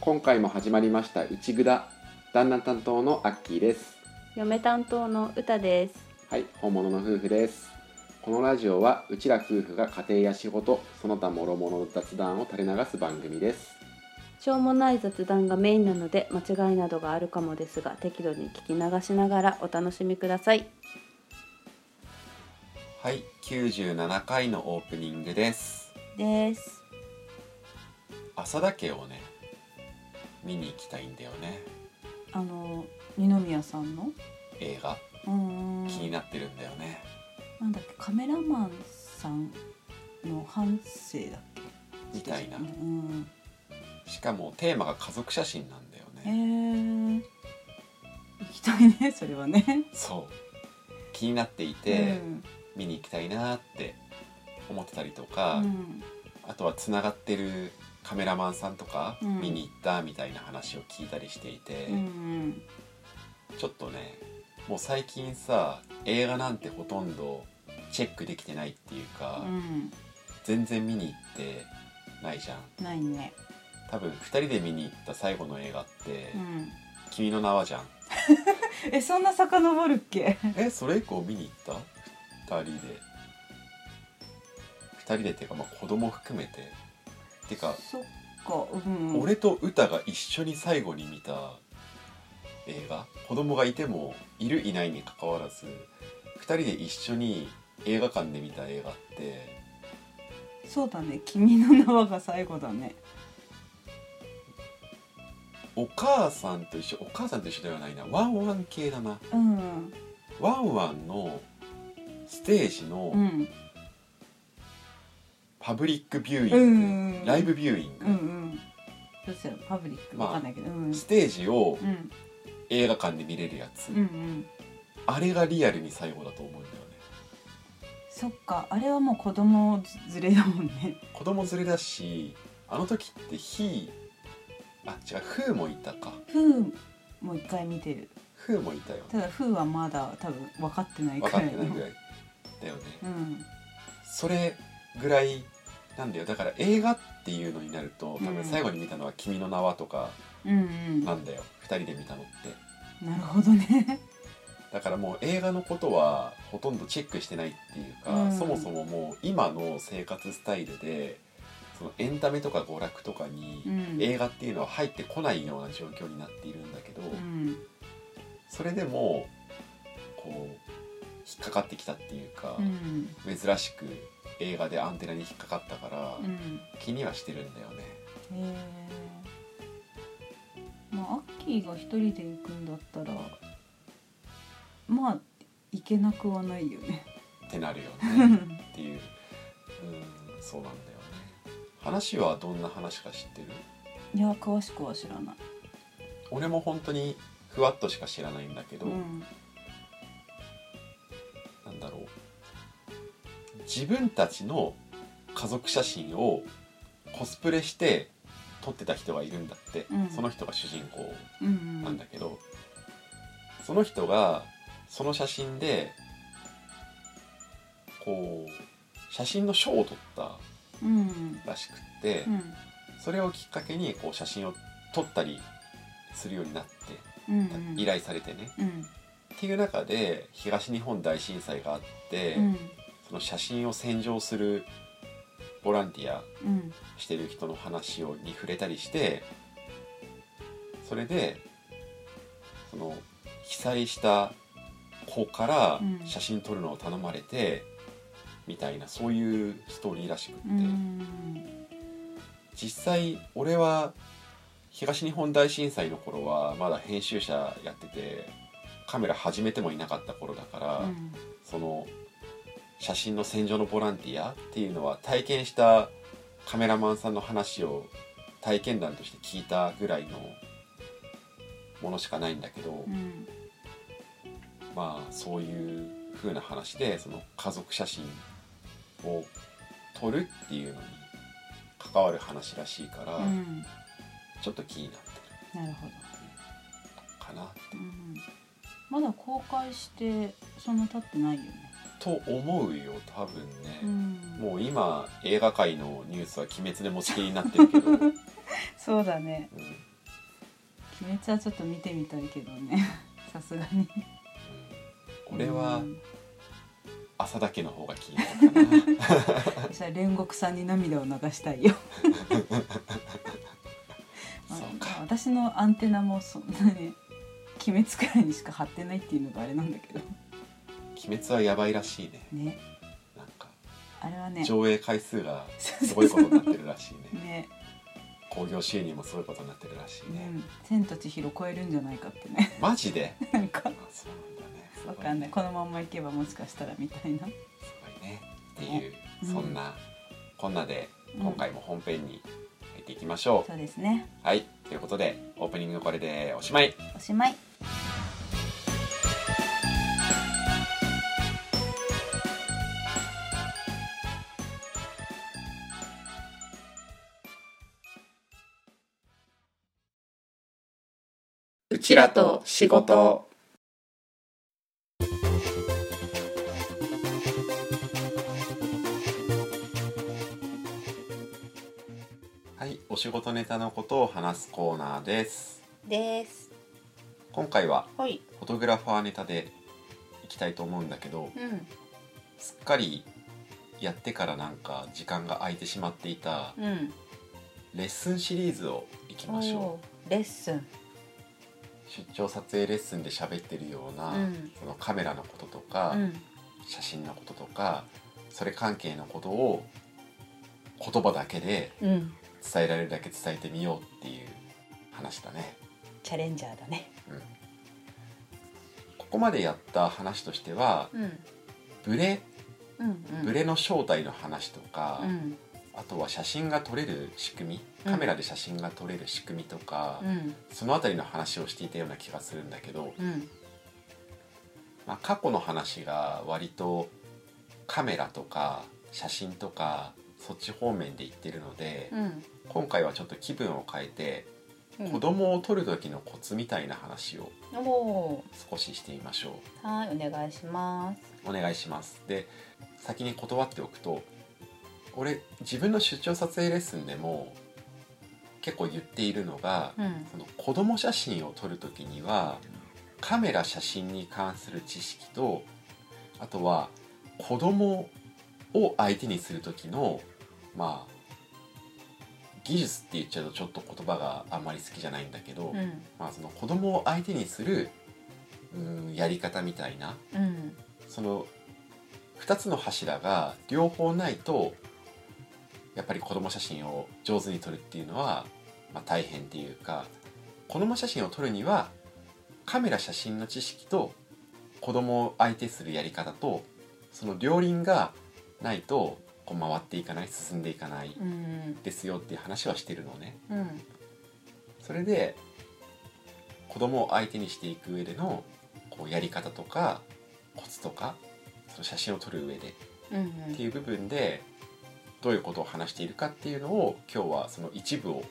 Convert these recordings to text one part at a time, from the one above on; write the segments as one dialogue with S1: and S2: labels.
S1: 今回も始まりました「うちぐだ」旦那担当のアッキーです
S2: 嫁担当の歌です
S1: はい本物の夫婦ですこのラジオはうちら夫婦が家庭や仕事その他諸々の雑談を垂れ流す番組です
S2: しょうもない雑談がメインなので間違いなどがあるかもですが適度に聞き流しながらお楽しみください
S1: はい97回のオープニングです
S2: です
S1: 浅田家をね見に行きたいんだよね
S3: あの二宮さんの
S1: 映画
S3: うんうん
S1: 気になってるんだよね
S3: なんだっけカメラマンさんの反省だっけ
S1: みたいな
S3: うん
S1: しかもテーマが家族写真なんだよ
S3: へえー、
S1: ね
S3: 行きたいねそれはね
S1: そう気になっていて
S3: うん
S1: 見に行きたいなーって思ってたりとか、
S3: うん
S1: あとはつながってるカメラマンさんとか
S3: うん
S1: 見に行ったみたいな話を聞いたりしていて、
S3: うん
S1: ちょっとねもう最近さ映画なんてほとんどチェックできてないっていう
S3: う
S1: か、
S3: ん
S1: 全然見に行ってないじゃん
S3: ないね
S1: 多分2人で見に行った最後の映画って「
S3: うん
S1: 君の名は」じゃん
S3: えそんな遡るっけ
S1: えそれ以降見に行った2人で2人でっていうかまあ子供含めててか
S3: そっかうん
S1: 俺と歌が一緒に最後に見た映画子供がいてもいるいないにかかわらず2人で一緒に映画館で見た映画って
S3: そうだね君の名はが最後だね
S1: お母さんと一緒お母さんと一緒ではないなワンワン系だな
S3: うん
S1: ワンワンのステージの
S3: うん
S1: パブリックビューイング、
S3: うん
S1: ライブビューイング、
S3: うんうんどうしたらパブリック
S1: まあ
S3: わかんないけど、うん
S1: ステージを
S3: うん
S1: 映画館で見れるやつ、
S3: うんうん
S1: あれがリアルに最後だと思うんだよね
S3: そっかあれはもう子供ずれだもんね
S1: 子供連れだしあの時ってひあ違うふーもいたか
S3: フーも一回見てる
S1: ふーもいたよね
S3: ただフーはまだ多分分かってない
S1: 分
S3: く
S1: からっ
S3: い
S1: てない
S3: の
S1: ぐらいだよね
S3: うん
S1: それぐらいなんだよだから映画っていうのになると多
S3: う
S1: 分
S3: ん
S1: 最後に見たのは「君の名は」とか
S3: うんうん
S1: な
S3: なん
S1: だよ、二2人で見たのって
S3: るほど ね
S1: だからもう映画のことはほとんどチェックしてないっていうか、
S3: うん
S1: そもそももう今の生活スタイルでそのエンタメとか娯楽とか
S3: う
S1: に
S3: ん
S1: 映画っていうのは入ってこないような状況になっているんだけど、
S3: うん
S1: それでもこう引っかかってきたっていうか、
S3: うん
S1: 珍しく映画でアンテナに引っかかったから、
S3: うん
S1: 気にはしてるんだよ
S3: へ
S1: ね
S3: えまあアッキーが一人で行くんだったらまあ行けなくはないよね
S1: ってなるよ
S3: う
S1: ね
S3: ん
S1: っ ていううんそうなんだよね話はどんな話か知ってる
S3: いや詳しくは知らない
S1: 俺も本当にふわっとしか知らないんだけど、
S3: うん
S1: なんだろう自分たちの家族写真をコスプレして撮ってた人がいるんだって、
S3: うん
S1: その人が主人公
S3: うんうん
S1: なんだけど、その人がその写真でこう写真の賞を取った
S3: うん
S1: らしくって、
S3: うん
S1: それをきっかけにこう写真を撮ったりするようになって、
S3: うんうん
S1: 依頼されてね。
S3: うん
S1: っていう中で東日本大震災があって、
S3: うん
S1: その写真を洗浄するボランティア
S3: うん
S1: してる人の話をに触れたりしてそれでその被災した子から
S3: うん
S1: 写真撮るのを頼まれて、みたいなそういうストーリーらしくって、
S3: うん
S1: 実際俺は東日本大震災の頃はまだ編集者やっててカメラ始めてもいなかった頃だから、
S3: うん
S1: その写真の洗浄のボランティアっていうのは体験したカメラマンさんの話を体験談として聞いたぐらいのものしかないんだけど、
S3: うん
S1: まあそういう風な話でその家族写真を撮るっていうのに関わる話らしいから、
S3: うん
S1: ちょっと気になって
S3: なるほど、
S1: るかな
S3: うん、まだ公開してそんな経ってないよね、
S1: と思うよ多分
S3: う
S1: ね、
S3: ん、
S1: もう今映画界のニュースは「鬼滅」で持ちきりになってるけど、うん
S3: そうだね鬼滅はちょっと見てみたいけどねさすがに
S1: 俺
S3: う
S1: は
S3: ん
S1: 朝だけの方が気になるかな
S3: 私は煉獄さんに涙を流した いよ
S1: そう
S3: まあ
S1: か
S3: 私のアンテナもそんなに鬼滅くらいにしか張ってないっていうのがあれなんだけど
S1: 鬼滅はやばいらしいね
S3: ね
S1: なんか
S3: あれはね
S1: 上映回数 が
S3: そう
S1: す
S3: そ
S1: ご
S3: う
S1: い
S3: そ
S1: ことになってるらしいね
S3: うね
S1: 興行収入もすごいことになってるらし
S3: う
S1: いね、
S3: ん千と千尋超えるんじゃないかってね
S1: マジで
S3: なんか
S1: あそうなんだねすご
S3: わ
S1: ね
S3: かんないこのまんまいけばもしかしたらみたいな
S1: すごいねっていう、
S3: うん
S1: そんなこんなで
S3: うん
S1: 今回も本編に入っていきましょう、
S3: そうですね
S1: はいということでオープニングこれでおしまい
S3: おしまい
S2: うちらと仕事
S1: はいお仕事ネタのことを話すコーナーです
S2: です
S1: 今回は
S2: はい
S1: フォトグラファーネタでいきたいと思うんだけど
S2: うん
S1: すっかりやってからなんか時間が空いてしまっていた
S3: うん
S1: レッスンシリーズをいきましょう
S3: おーレッスン
S1: 出張撮影レッスンで喋ってるような、
S3: うん
S1: そのカメラのこととか、
S3: うん
S1: 写真のこととかそれ関係のことを言葉だけで
S3: うん
S1: 伝えられるだけ伝えてみようっていう話だね。
S3: チャレンジャーだね
S1: うん、ここまでやった話としては
S3: うん
S1: ブレ
S3: うんうん
S1: ブレの正体の話とか、
S3: うん
S1: あとは写真が撮れる仕組みカメラで写真が撮れる仕組みとか、
S3: うん
S1: その辺りの話をしていたような気がするんだけど、
S3: うん
S1: まあ、過去の話が割とカメラとか写真とかそっち方面で行ってるので、
S3: うん
S1: 今回はちょっと気分を変えて、
S3: うん
S1: 子供を撮る時のコツみたいな話を
S3: おお
S1: 少ししてみましょ
S3: ーはいお願いします
S1: うお願いしますで先に断っておくと俺自分の出張撮影レッスンでも結構言っているのが、
S3: うん
S1: その子供写真を撮る時にはカメラ写真に関する知識とあとは子供を相手にする時のまあ技術って言っちゃうとちょっと言葉があんまり好きじゃないんだけど、
S3: うん
S1: まあ、その子供を相手にするうんやり方みたいな
S3: うん
S1: その2つの柱が両方ないとやっぱり子供写真を上手に撮るっていうのは、まあ、大変っていうか子供写真を撮るにはカメラ写真の知識と子供を相手するやり方とその両輪がないとこう回っていかない進んでいかない
S3: うん
S1: ですよっていう話はしてるのね。
S3: うん
S1: それで子供を相手にしていく上でのこうやり方とかコツとかその写真を撮る上で
S3: うん
S1: っていう部分でどういうことを話しているかっていうのを今日はその一部を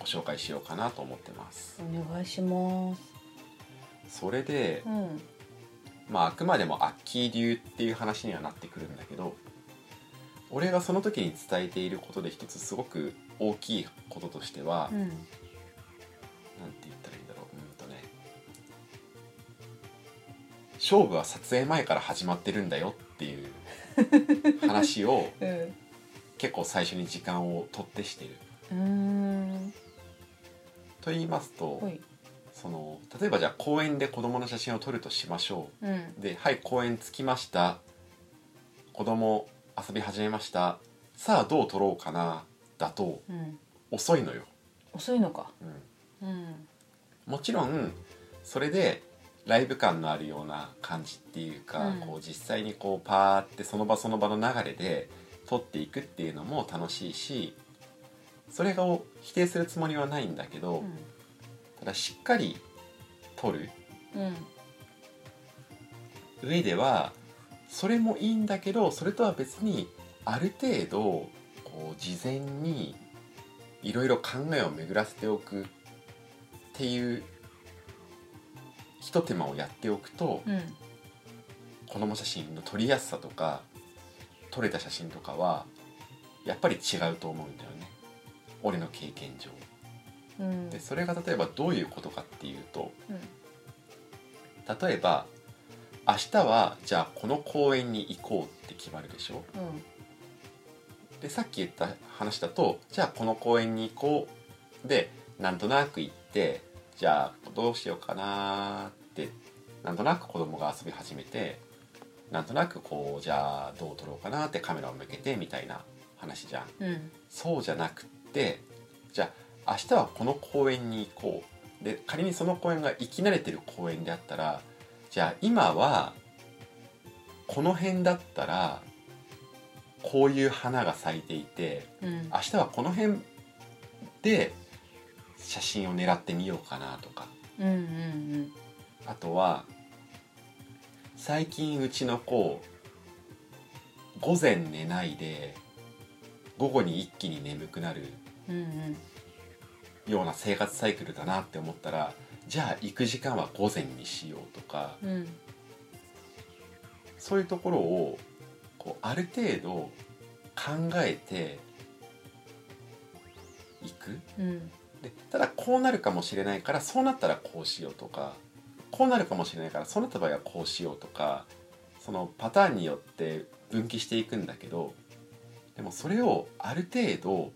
S1: ご紹介しようかなと思ってます。
S3: お願いします
S1: それで
S3: う、ん
S1: まあ、あくまでもアッキー流っていう話にはなってくるんだけど俺がその時に伝えていることで一つすごく大きいこととしては、
S3: うん
S1: なんて言ったらいいんだろううんとね勝負は撮影前から始まってるんだよっていう 話を
S3: うん
S1: 結構最初に時間を取ってしてる。
S3: うーん
S1: と言いますと、
S3: はい
S1: その例えばじゃあ公園で子供の写真を撮るとしましょ
S3: うん
S1: う。で「はい公園着きました子供遊び始めましたさあどう撮ろうかな」だと
S3: うん
S1: 遅いのよ。
S3: 遅いのか
S1: うん
S3: うん
S1: もちろんそれでライブ感のあるような感じっていうか、
S3: うん
S1: こう実際にこうパーってその場その場の流れで撮っていくっていうのも楽しいしそれを否定するつもりはないんだけど、ただしっかり撮る
S2: うん
S1: 上ではそれもいいんだけどそれとは別にある程度こう事前にいろいろ考えを巡らせておくっていうひと手間をやっておくと、
S2: うん
S1: 子供写真の撮りやすさとか撮れた写真とかはやっぱり違うと思うんだよね俺の経験上。
S2: うん
S1: でそれが例えばどういうことかっていうと
S2: うん
S1: 例えば明日はじゃあこの公園に行こうって決まるでしょ
S2: うん
S1: でさっき言った話だとじゃあこの公園に行こうでなんとなく行ってじゃあどうしようかなーってなんとなく子供が遊び始めてなんとなくこうじゃあどう撮ろうかなってカメラを向けてみたいな話じゃん。
S2: うん
S1: そうじゃなくってじゃあ明日はこの公園に行こうで仮にその公園が行き慣れてる公園であったらじゃあ今はこの辺だったらこういう花が咲いていて
S2: うん
S1: 明日はこの辺で写真を狙ってみようかなとか
S2: うんうん
S1: あとは最近うちの子午前寝ないで午後に一気に眠くなる
S2: うんうん
S1: ような生活サイクルだなって思ったらじゃあ行く時間は午前にしようとか
S2: うんうん
S1: そういうところをこうある程度考えていく
S2: うん
S1: でただこうなるかもしれないからそうなったらこうしようとかこうなるかもしれないからそうなった場合はこうしようとかそのパターンによって分岐していくんだけどでもそれをある程度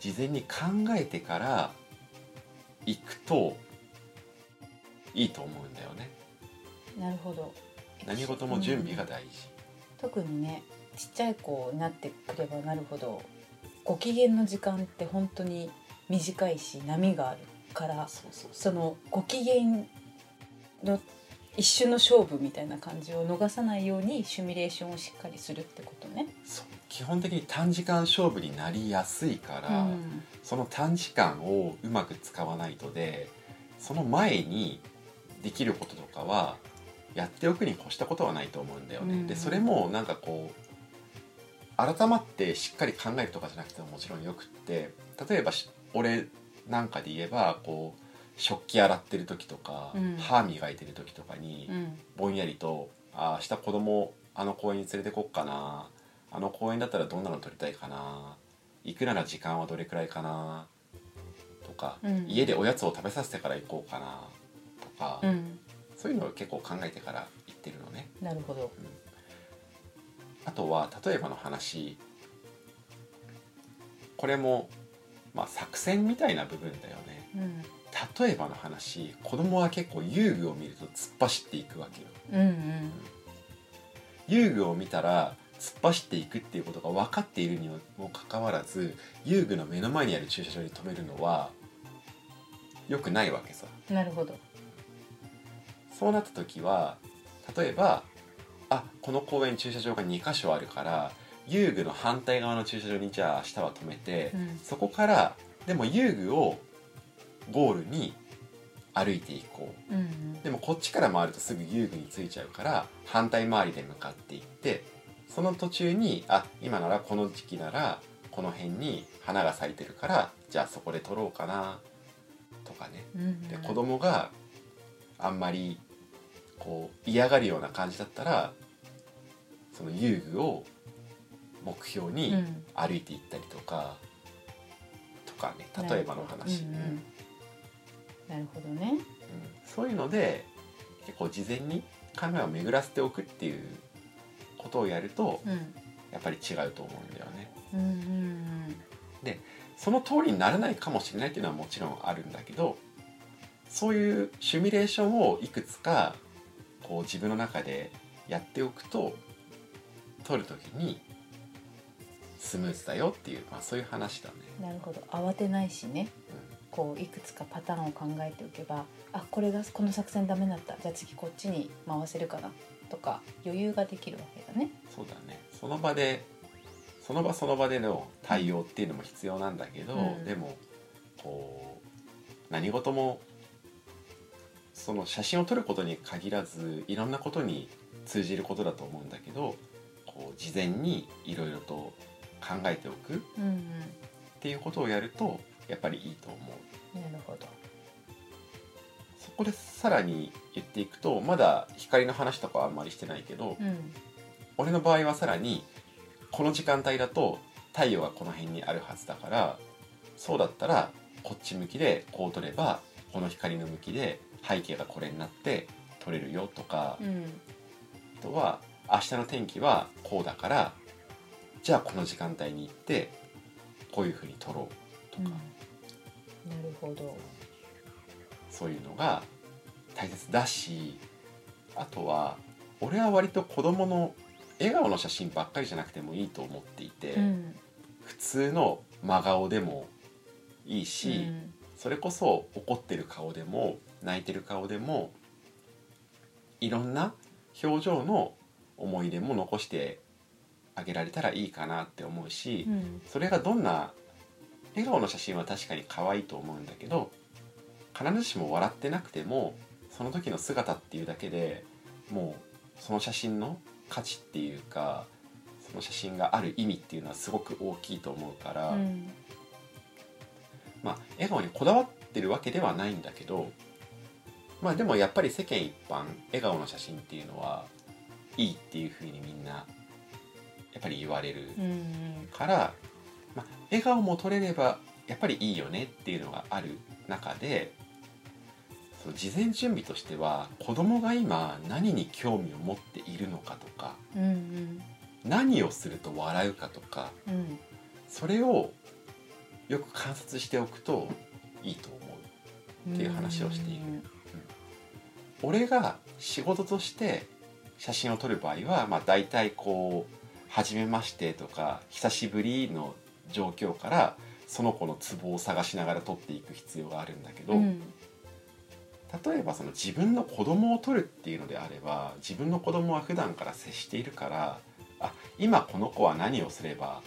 S1: 事前に考えてから行くといいと思うんだよね。
S2: なるほど
S1: 何事も準備が大事、
S2: 特にねちっちゃい子になってくればなるほどご機嫌の時間って本当に短いし波があるから
S1: そうそうそ
S2: そ
S1: う
S2: のご機嫌の一瞬の勝負みたいな感じを逃さないようにシミュレーションをしっかりするってことね。
S1: そう基本的に短時間勝負になりやすいから、
S3: うん
S1: その短時間をうまく使わないとでその前にできることとかはやっておくに越したことはないと思うんだよね。
S3: うん
S1: でそれもなんかこう改まってしっかり考えるとかじゃなくてももちろんよくって例えばし俺なんかで言えばこう食器洗ってる時とか、
S3: うん
S1: 歯磨いてる時とかに、
S3: うん
S1: ぼんやりと「あー明日子供あの公園に連れてこっかなあの公園だったらどんなの撮りたいかな行くなら時間はどれくらいかな」とか、
S2: うん
S1: 家でおやつを食べさせてから行こうかな」とか、
S2: うん、
S1: そういうのを結構考えてから行ってるのね。
S2: なるほど。
S1: あとは例えばの話これも、まあ、作戦みたいな部分だよね。
S2: うん
S1: 例えばの話子供は結構遊具を見ると突っ走っていくわけよ。
S2: うんうん
S1: 遊具を見たら突っ走っていくっていうことが分かっているにもかかわらず遊具の目の前にある駐車場に止めるのは良くないわけさ
S2: なるほど。
S1: そうなった時は例えばあこの公園駐車場が2箇所あるから遊具の反対側の駐車場にじゃあ明日は止めて、
S2: うん
S1: そこからでも遊具をゴールに歩いていこう
S2: うん
S1: でもこっちから回るとすぐ遊具についちゃうから反対回りで向かっていってその途中にあ今ならこの時期ならこの辺に花が咲いてるからじゃあそこで撮ろうかなとかね。
S2: うんうん
S1: で子供があんまりこう嫌がるような感じだったらその遊具を目標
S2: う
S1: に
S2: ん
S1: 歩いていったりとか、とかね例えばの話。
S2: うんう
S1: うん
S2: んなるほどね。
S1: うんそういうので結構事前に考えを巡らせておくっていうことをやると
S2: うん
S1: やっぱり違うと思うんだよね。
S2: うんうん
S1: その通りにならないかもしれないっていうのはもちろんあるんだけどそういうシミュレーションをいくつかこう自分の中でやっておくと撮る時にスムーズだよっていう、まあ、そういう話だね。
S2: うんなるほど。慌てないしね。
S1: う
S2: こういくつかパターンを考えておけばあこれがこの作戦ダメだったじゃあ次こっちに回せるかなとか余裕ができるわけだね。
S1: んそうだねその場でその場その場での対応っていうのも必要なんだけど、
S2: うん
S1: でもこう何事もその写真を撮ることに限らずいろんなことに通じることだと思うんだけどこう事前にいろいろと考えておくっ
S2: うんうん
S1: ていうことをやるとやっぱりいいと思う。
S2: なるほど
S1: そこでさらに言っていくとまだ光の話とかはあんまりしてないけど、
S2: うん
S1: 俺の場合はさらにこの時間帯だと太陽がこの辺にあるはずだからそうだったらこっち向きでこう撮ればこの光の向きで背景がこれになって撮れるよとか、
S2: うん
S1: あとは明日の天気はこうだからじゃあこの時間帯に行ってこういうふうに撮ろうと
S2: う
S1: か、
S2: んなるほど
S1: そういうのが大切だしあとは俺は割と子供の笑顔の写真ばっかりじゃなくてもいいと思っていて、
S2: うん
S1: 普通の真顔でもいいし、
S2: うん
S1: それこそ怒ってる顔でも泣いてる顔でもいろんな表情の思い出も残してあげられたらいいかなって思うし、
S2: うん
S1: それがどんな笑顔の写真は確かに可愛いと思うんだけど必ずしも笑ってなくてもその時の姿っていうだけでもうその写真の価値っていうかその写真がある意味っていうのはすごく大きいと思うから、
S2: うん
S1: まあ笑顔にこだわってるわけではないんだけどまあでもやっぱり世間一般笑顔の写真っていうのはいいっていうふうにみんなやっぱり言われる。
S2: うん
S1: から、まあ、笑顔も取れればやっぱりいいよねっていうのがある中でその事前準備としては子供が今何に興味を持っているのかとか
S2: うんうん
S1: 何をすると笑うかとか
S2: うん
S1: それをよく観察しておくといいと思う。っていう話をしている俺が仕事として写真を撮る場合は、まあ、大体こう「初めまして」とか「久しぶり」の状況からその子のツボを探しながら撮っていく必要があるんだけど、
S2: うん
S1: 例えばその自分の子供を撮るっていうのであれば自分の子供は普段から接しているからあ今この子は何をすれば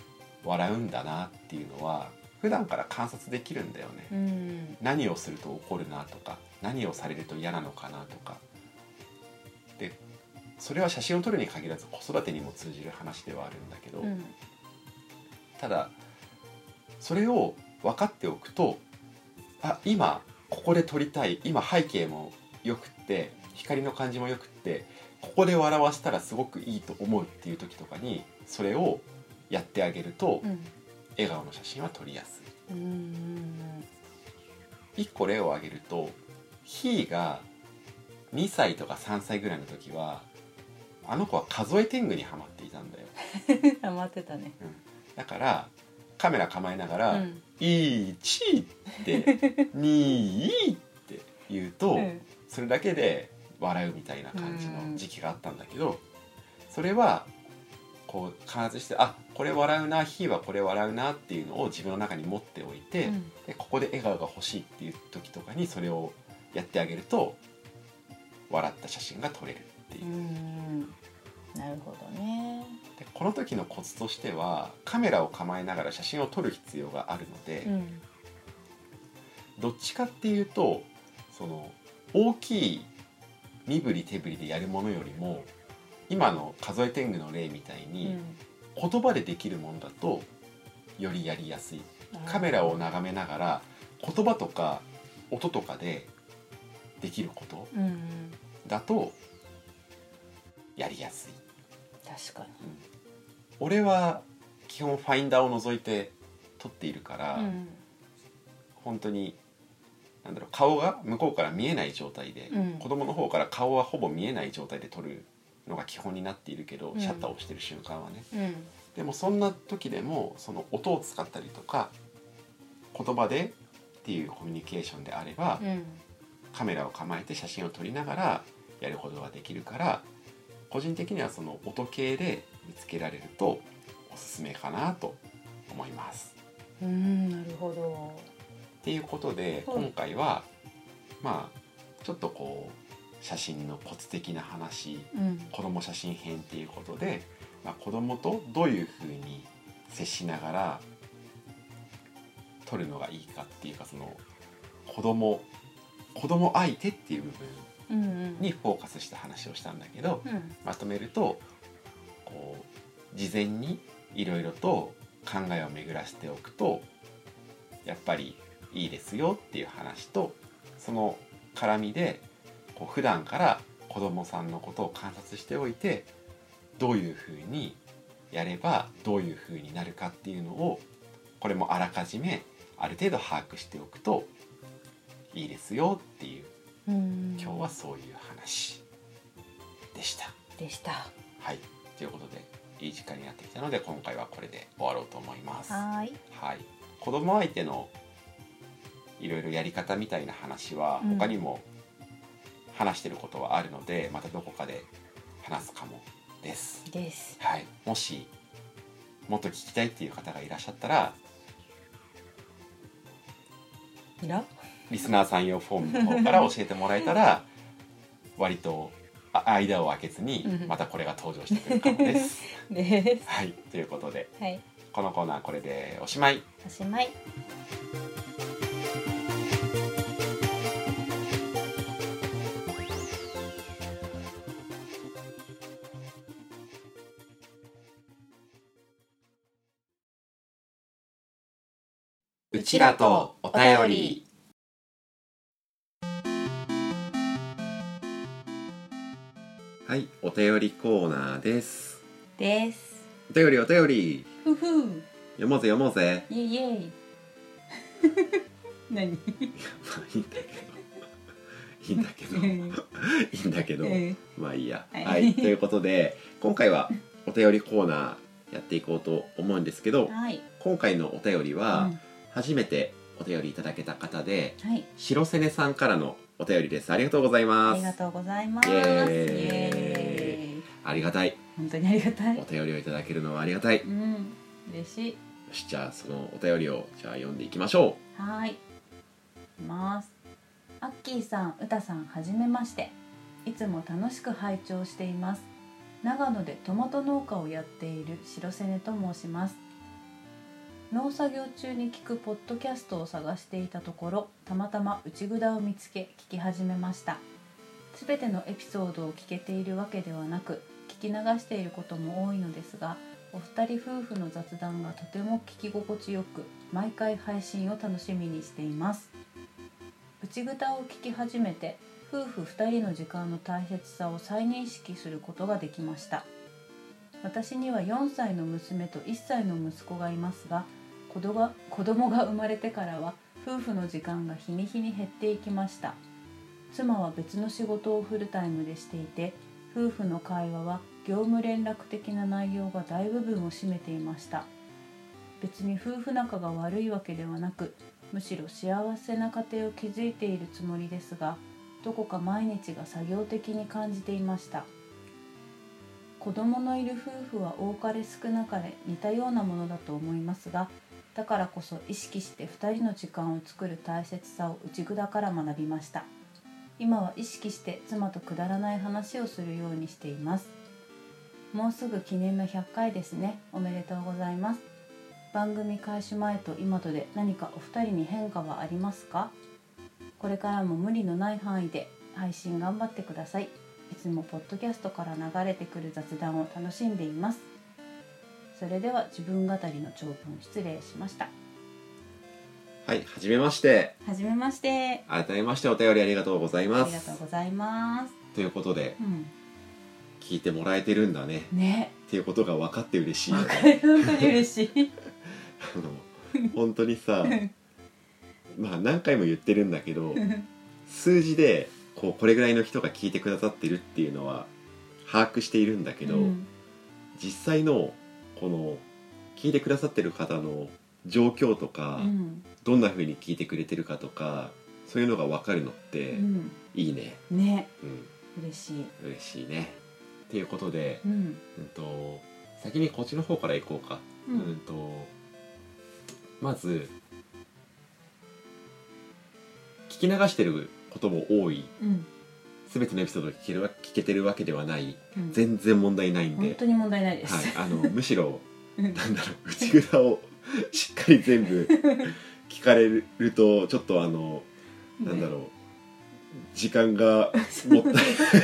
S1: 笑うんだなっていうのは普段から観察できるんだよね。
S2: うん
S1: 何をすると怒るなとか何をされると嫌なのかなとかでそれは写真を撮るに限らず子育てにも通じる話ではあるんだけど、
S2: うん
S1: ただそれを分かっておくとあ今ここで撮りたい今背景もよくって光の感じもよくってここで笑わせたらすごくいいと思うっていう時とかにそれをやってあげると
S2: うん
S1: 笑顔の写真は撮りやすい。
S2: うんうん
S1: 一個例を挙げるとひーが2歳とか3歳ぐらいの時はあの子は数え天狗にはまっていたんだよ
S3: ハマってたね
S1: だからカメラ構えながら
S2: う
S1: 「
S2: ん
S1: 1」って「2」って言うと、
S3: うん
S1: それだけで笑うみたいな感じの時期があったんだけどそれはこう観察して「あこれ笑うなひーはこれ笑うな」っていうのを自分の中に持っておいて。
S2: うん
S1: でここで笑顔が欲しいっていう時とかにそれをやってあげると笑った写真が撮れるっていうう、
S2: んなるほどね
S1: でこの時のコツとしてはカメラを構えながら写真を撮る必要があるので、
S2: うん
S1: どっちかっていうとその大きい身振り手振りでやるものよりも今の数え天狗の例みたいうに、
S2: ん
S1: 言葉でできるものだとよりやりやすいカメラを眺めながら言葉とか音とかでできること
S2: うんうん
S1: だとやりやすい
S2: 確か
S1: 俺は基本ファインダーを除いて撮っているから、
S2: にうん
S1: 本当になんだろう顔が向こうから見えない状態で、
S2: うん
S1: 子供の方から顔はほぼ見えない状態で撮るのが基本になっているけど、
S2: うん
S1: シャッターを押してる瞬間はね
S2: うん
S1: でもそんな時でもその音を使ったりとか言葉でっていうコミュニケーションであれば、
S2: うん
S1: カメラを構えて写真を撮りながらやることができるから個人的にはその音系で見つけられるとおすすめかなと思います。
S2: うんなるほど
S1: っていうことで
S2: はい
S1: 今回はまあちょっとこう写真のコツ的な話
S2: うん
S1: 子ども写真編っていうことで、まあ、子どもとどういうふうに接しながら撮るのがいいかっていうかその子供子供相手っていう部分
S2: うんうん
S1: にフォーカスした話をしたんだけど
S2: うん
S1: まとめるとこう事前にいろいろと考えを巡らせておくとやっぱりいいですよっていう話とその絡みでこう普段から子どもさんのことを観察しておいてどういうふうにやればどういうふうになるかっていうのをこれもあらかじめある程度把握しておくといいですよっていう
S2: うん
S1: 今日はそういう話でした。
S2: でした
S1: はい、ということでいい時間になってきたので今回はこれで終わろうと思います。は
S2: はい
S1: い、子供相手のいろいろやり方みたいな話は
S2: うん
S1: 他にも話してることはあるので、またどこかで話すかもです。
S2: です
S1: はい、もしもっと聞きたいっていう方がいらっしゃったら
S2: いら
S1: リスナーさん用フォームの方から教えてもらえたら割とあ間を空けずに
S2: うん
S1: またこれが登場してくるかもです。
S2: です
S1: はい、ということで
S2: はい
S1: このコーナーこれでおしまい。
S2: おしまい
S1: うちらとお便り。はい、お便りコーナーです。
S2: です
S1: お便りお便り。
S3: ふふ
S1: 読もうぜ読もうぜ。
S3: イエイイエイ何
S1: まあいいんだけど。いいんだ けど。いいんだけど。
S3: え
S1: まあいいや。
S3: はい
S1: はい、ということで、今回はお便りコーナーやっていこうと思うんですけ
S3: ー
S1: ど、
S3: はい、
S1: 今回のお便り
S3: うん、
S1: は
S3: は
S1: 初めてお便りいただけた方で、
S3: い
S1: 白瀬根さんからのお便りです。ありがとうござい
S3: あ
S1: ま
S3: り
S1: す
S3: が。とうございます
S1: イエーイ
S3: イエーイ
S1: ありがたい。
S3: 本当にありがたい
S1: お便りをいただけるのはありがたい。よ
S3: うん嬉しい
S1: し、じゃあそのお便りをじゃあ読んでいきましょ
S3: はーい。いきます。アッキーさん、うたさん、はじめまして。いつも楽しく拝聴しています。長野でトマト農家をやっている白瀬根と申します。農作業中に聞くポッドキャストを探していたところ、たまたま内札を見つけ聞き始めました。すべてのエピソードを聞けているわけではなく、聞き流していることも多いのですが、お二人夫婦の雑談がとても聞き心地よく毎回配信を楽しみにしています内蓋を聞き始めて夫婦二人の時間の大切さを再認識することができました私には4歳の娘と1歳の息子がいますが子供が子供が生まれてからは夫婦の時間が日に日に減っていきました妻は別の仕事をフルタイムでしていて夫婦の会話は業務連絡的な内容が大部分を占めていました別に夫婦仲が悪いわけではなくむしろ幸せな家庭を築いているつもりですがどこか毎日が作業的に感じていました子供のいる夫婦は多かれ少なかれ似たようなものだと思いますがだからこそ意識して2人の時間を作る大切さを内札から学びました今は意識して妻とくだらない話をするようにしていますもうすぐ記念の100回ですねおめでとうございます番組開始前と今とで何かお二人に変化はありますかこれからも無理のない範囲で配信頑張ってくださいいつもポッドキャストから流れてくる雑談を楽しんでいますそれでは自分語りの長文失礼しました
S1: う。はい、はじめまして。
S3: はじめまして
S1: 改めましてお便りありがとうござい
S3: あ
S1: ま
S3: りが
S1: す。
S3: とうございます、
S1: ということで、
S3: う
S1: 聞いてもらえてるんだね。
S3: ん、ね
S1: っていうことが分かって嬉しいよ
S3: わ
S1: ね。
S3: かる本当に嬉しい
S1: あの本当に さ
S3: ん
S1: まあ何回も言ってるんだけど数字でこうこれぐらいの人が聞いてくださってるっていうのは把握しているんだけど、
S3: うん
S1: 実際のこの聞いてくださってる方の状況とか、
S3: うん
S1: どんな風に聞いてくれてるかとかそういうのが分かるのっ
S3: う
S1: て
S3: ん、
S1: いいね、
S3: ね
S1: うん、
S3: 嬉しい
S1: 嬉しいね。っていうことで、
S3: うん
S1: うん、と先にこっちの方から行こうか。
S3: う
S1: うん
S3: ん
S1: とまず聞き流してることも多い
S3: うん
S1: 全てのエピソードを聞けるわ聞けてるわけではない
S3: うん
S1: 全然問題ないん
S3: 本
S1: で
S3: 当に問題ないです、
S1: はい、あのむしろ なんだろう 口裏をしっかり全部 聞かれるとちょっとあのなんだろう時 間がもったい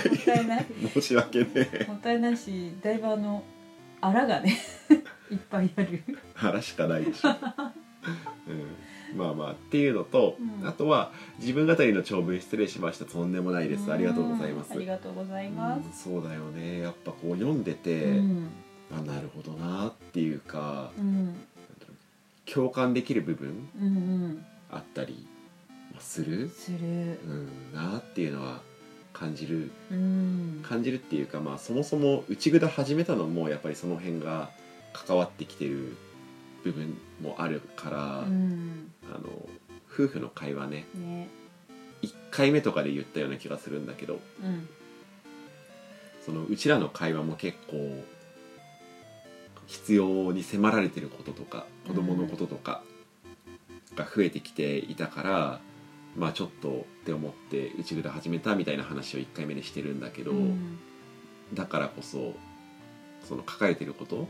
S3: もったいない
S1: 申し訳ねえ
S3: もったいないしだいぶあのあらがね いっぱいある
S1: 腹しかないでしょ、うん、まあまあっていうのと、
S3: うん
S1: あとは自分語りの長文失礼しましたとんでもないですありがとうございます
S3: ありがとうございま
S1: うん、そうだよねやっぱこう読んですて、
S3: うん
S1: あなるほどなっていうか
S3: うん
S1: 共感できる部分
S3: うんうん
S1: あったりまあする、
S3: する
S1: うん、なっていうのは感じる
S3: うん
S1: 感じるっていうか、まあ、そもそも内札始めたのもやっぱりその辺が関わってきてる部分もあるから、
S3: うん
S1: あの夫婦の会話ね
S3: ね
S1: 1回目とかで言ったような気がするんだけど
S3: うん
S1: そのうちらの会話も結構必要に迫られてることとか子供のこととかが増えてきていたから、まあちょっとって思ってうちぐら始めたみたいな話を1回目でしてるんだけど、
S3: うん
S1: だからこそその書かれてること
S3: うん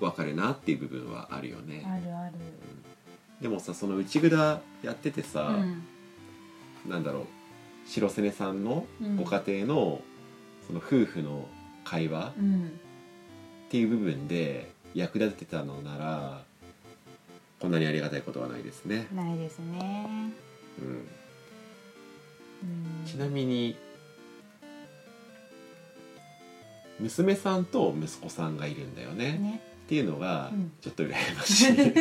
S1: 分かるなっていう部分はあるよね。
S3: あるある
S1: でもさその内ぐらやっててさ、
S3: うん
S1: なんだろう白瀬根さんの
S3: うん
S1: ご家庭のその夫婦の会話
S3: うん
S1: っていう部分で役立てたのならこんなにありがたいことはないですね、
S3: ないですね
S1: うん、
S3: うん
S1: ちなみに娘さんと息子さんがいるんだよね
S3: ね
S1: っていうのが
S3: うん
S1: ちょっと羨 ましい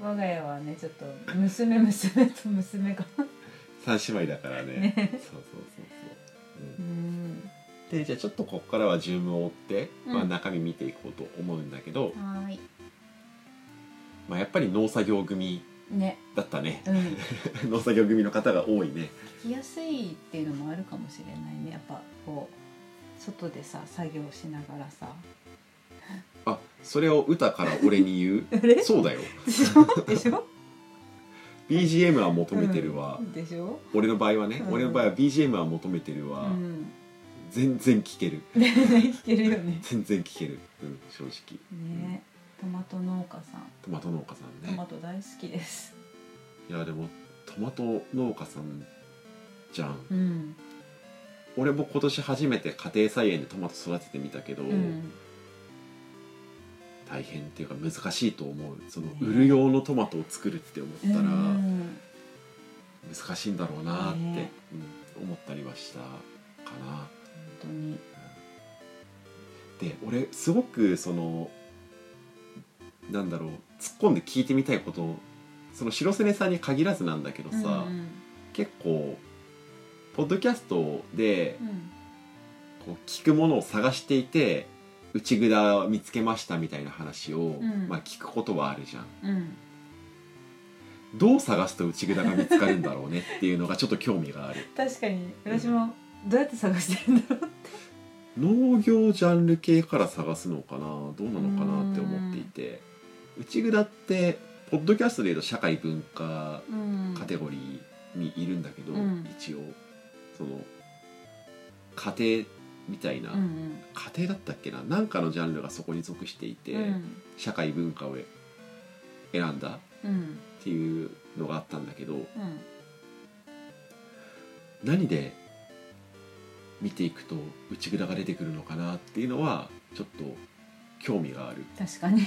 S3: 我が家はねちょっと娘娘と娘が
S1: 三姉妹だからね
S3: ね
S1: そうそうそう
S3: う
S1: そう、う
S3: んん
S1: でじゃあちょっとここからは順を追って、まあ、
S3: うん
S1: 中身見ていこうと思うんだけど、
S3: はーい
S1: まあ、やっぱり農作業組
S3: ね
S1: だったね
S3: うん
S1: 農作業組の方が多いね
S3: 聞きやすいっていうのもあるかもしれないねやっぱこう外でさ作業しながらさ
S1: あそれを歌から俺に言
S3: あれ
S1: うそうだよ
S3: でしょでしょ
S1: BGM は求めてるわ、
S3: うんでしょ
S1: 俺の場合はね、
S3: うん
S1: 俺の場合は BGM は求めてる
S3: う
S1: わ、
S3: ん
S1: 全然聞ける
S3: 全然聞けるよね
S1: 全然聞ける、うん、正直
S3: ねトマト農家さん
S1: トマト農家さ
S3: ト
S1: んね
S3: マト大好きです
S1: いやでもトマト農家さんじゃん
S3: うん
S1: 俺も今年初めて家庭菜園でトマト育ててみたけど、
S3: うん
S1: 大変っていうか難しいと思うその
S3: ね
S1: 売る用のトマトを作るって思ったら
S3: うん
S1: 難しいんだろうなって、
S3: ね
S1: うん、思ったりはしたかな
S3: 本当に
S1: で俺すごくそのなんだろう突っ込んで聞いてみたいことその白瀬根さんに限らずなんだけどさ、
S3: うん
S1: 結構ポッドキャストで
S3: うん
S1: こう聞くものを探していて内札を見つけましたみたいな話を、
S3: うん
S1: まあ、聞くことはあるじゃん
S3: うん
S1: どう探すと内札が見つかるんだろうねっていうのがちょっと興味がある
S3: 確かに私もどうやって探してるんだろう
S1: 農業ジャンル系から探すのかなどうなのかなって思っていて内札ってポッドキャストでいうと社会文化
S3: うん
S1: カテゴリーにいるんだけど、
S3: うん
S1: 一応その家庭みたいな、
S3: うん
S1: 家庭だったっけななんかのジャンルがそこに属していて、
S3: うん
S1: 社会文化を選んだっ
S3: うん
S1: ていうのがあったんだけど
S3: うん
S1: 何で見ていくと内札が出てくるのかなっていうのはちょっと興味がある
S3: 確かに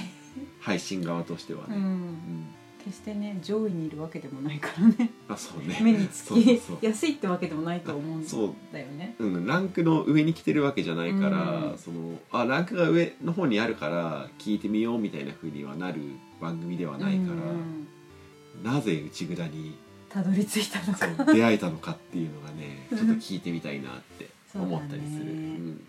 S1: 配信側としては
S3: う
S1: ね、
S3: ん
S1: うん
S3: 決してね上位にいるわけでもないからね
S1: あそうね
S3: 目につ
S1: そうそう
S3: き
S1: そう
S3: 安いってわけでもないと思うん
S1: そう
S3: だよね
S1: うん、ランクの上に来てるわけじゃないから、
S3: うん
S1: そのあランクが上の方にあるから聞いてみようみたいな風にはなる番組ではないから、
S3: うん
S1: なぜ内蔵に
S3: たどり着いたの
S1: そ
S3: か
S1: う出会えたのかっていうのがねちょっと聞いてみたいなって
S3: そうだね
S1: 思ったりする。うん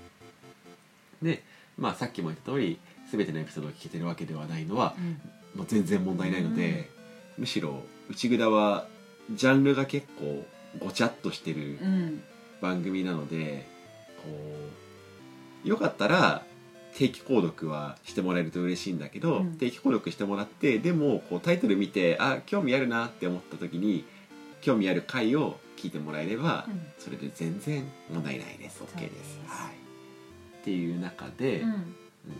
S1: でまあさっきも言った通り全てのエピソードを聞けてるわけではないのは
S3: うん
S1: もう全然問題ないので、むしろ内蔵はジャンルが結構ごちゃっとしてる。
S3: うん
S1: 番組なのでこうよかったら定期購読はしてもらえると嬉しいんだけど、
S3: うん
S1: 定期購読してもらってでもこうタイトル見てあ興味あるなって思った時に興味ある回を聞いてもらえれば、それで全然問題ないです OK
S3: そう
S1: で
S3: です
S1: す。はい、っていう中で、
S3: うん
S1: うん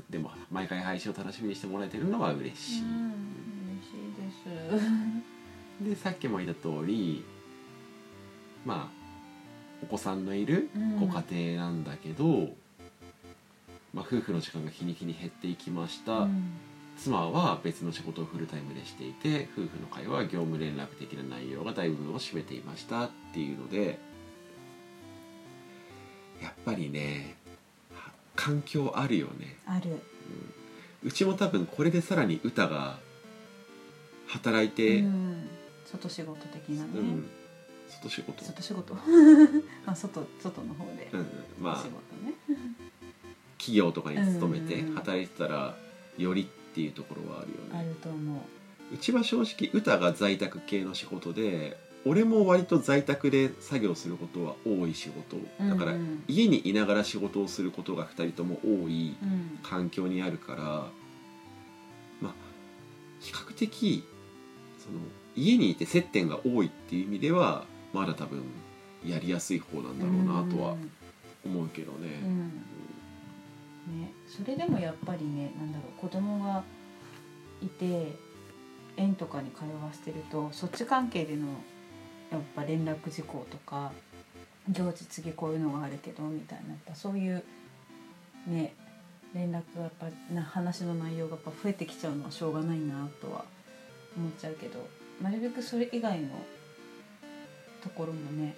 S1: でも毎回配信を楽しみにしてもらえてるのは嬉しい、
S3: 嬉しいです。
S1: でさっきも言った通りまあお子さんのいる
S3: うん
S1: ご家庭なんだけど、まあ、夫婦の時間が日に日に減っていきました、
S3: うん
S1: 妻は別の仕事をフルタイムでしていて夫婦の会話は業務連絡的な内容が大部分を占めていましたっていうのでやっぱりねは環境あるよね
S3: ある。
S1: うちも多分これでさらに歌が働いうて、
S3: ん、外仕事的な
S1: う
S3: ね
S1: ん。外仕事、
S3: 外仕事。まあ外外の方で
S1: う
S3: 仕
S1: ん、まあ
S3: 事ね。
S1: 企業とかに勤めて
S3: うん
S1: 働いてたらよりっていうところはあるよ
S4: あ
S1: ね
S4: ると思う
S1: うちは正直歌が在宅系の仕事で俺も割と在宅で作業することは多い仕事だから
S3: うん
S1: 家にいながら仕事をすることが2人とも多い
S3: うん
S1: 環境にあるからまあ比較的その家にいて接点が多いっていう意味ではまだ多分やりやすい方なんだろうなとは思うけどね。
S3: うんね、それでもやっぱりねなんだろう子供がいて園とかに通わせてるとそっち関係でのやっぱ連絡事項とか行事次こういうのがあるけどみたいなやっぱそういうね連絡がやっぱな話の内容がやっぱ増えてきちゃうのはしょうがないなとは思っちゃうけどなるべくそれ以外のところもね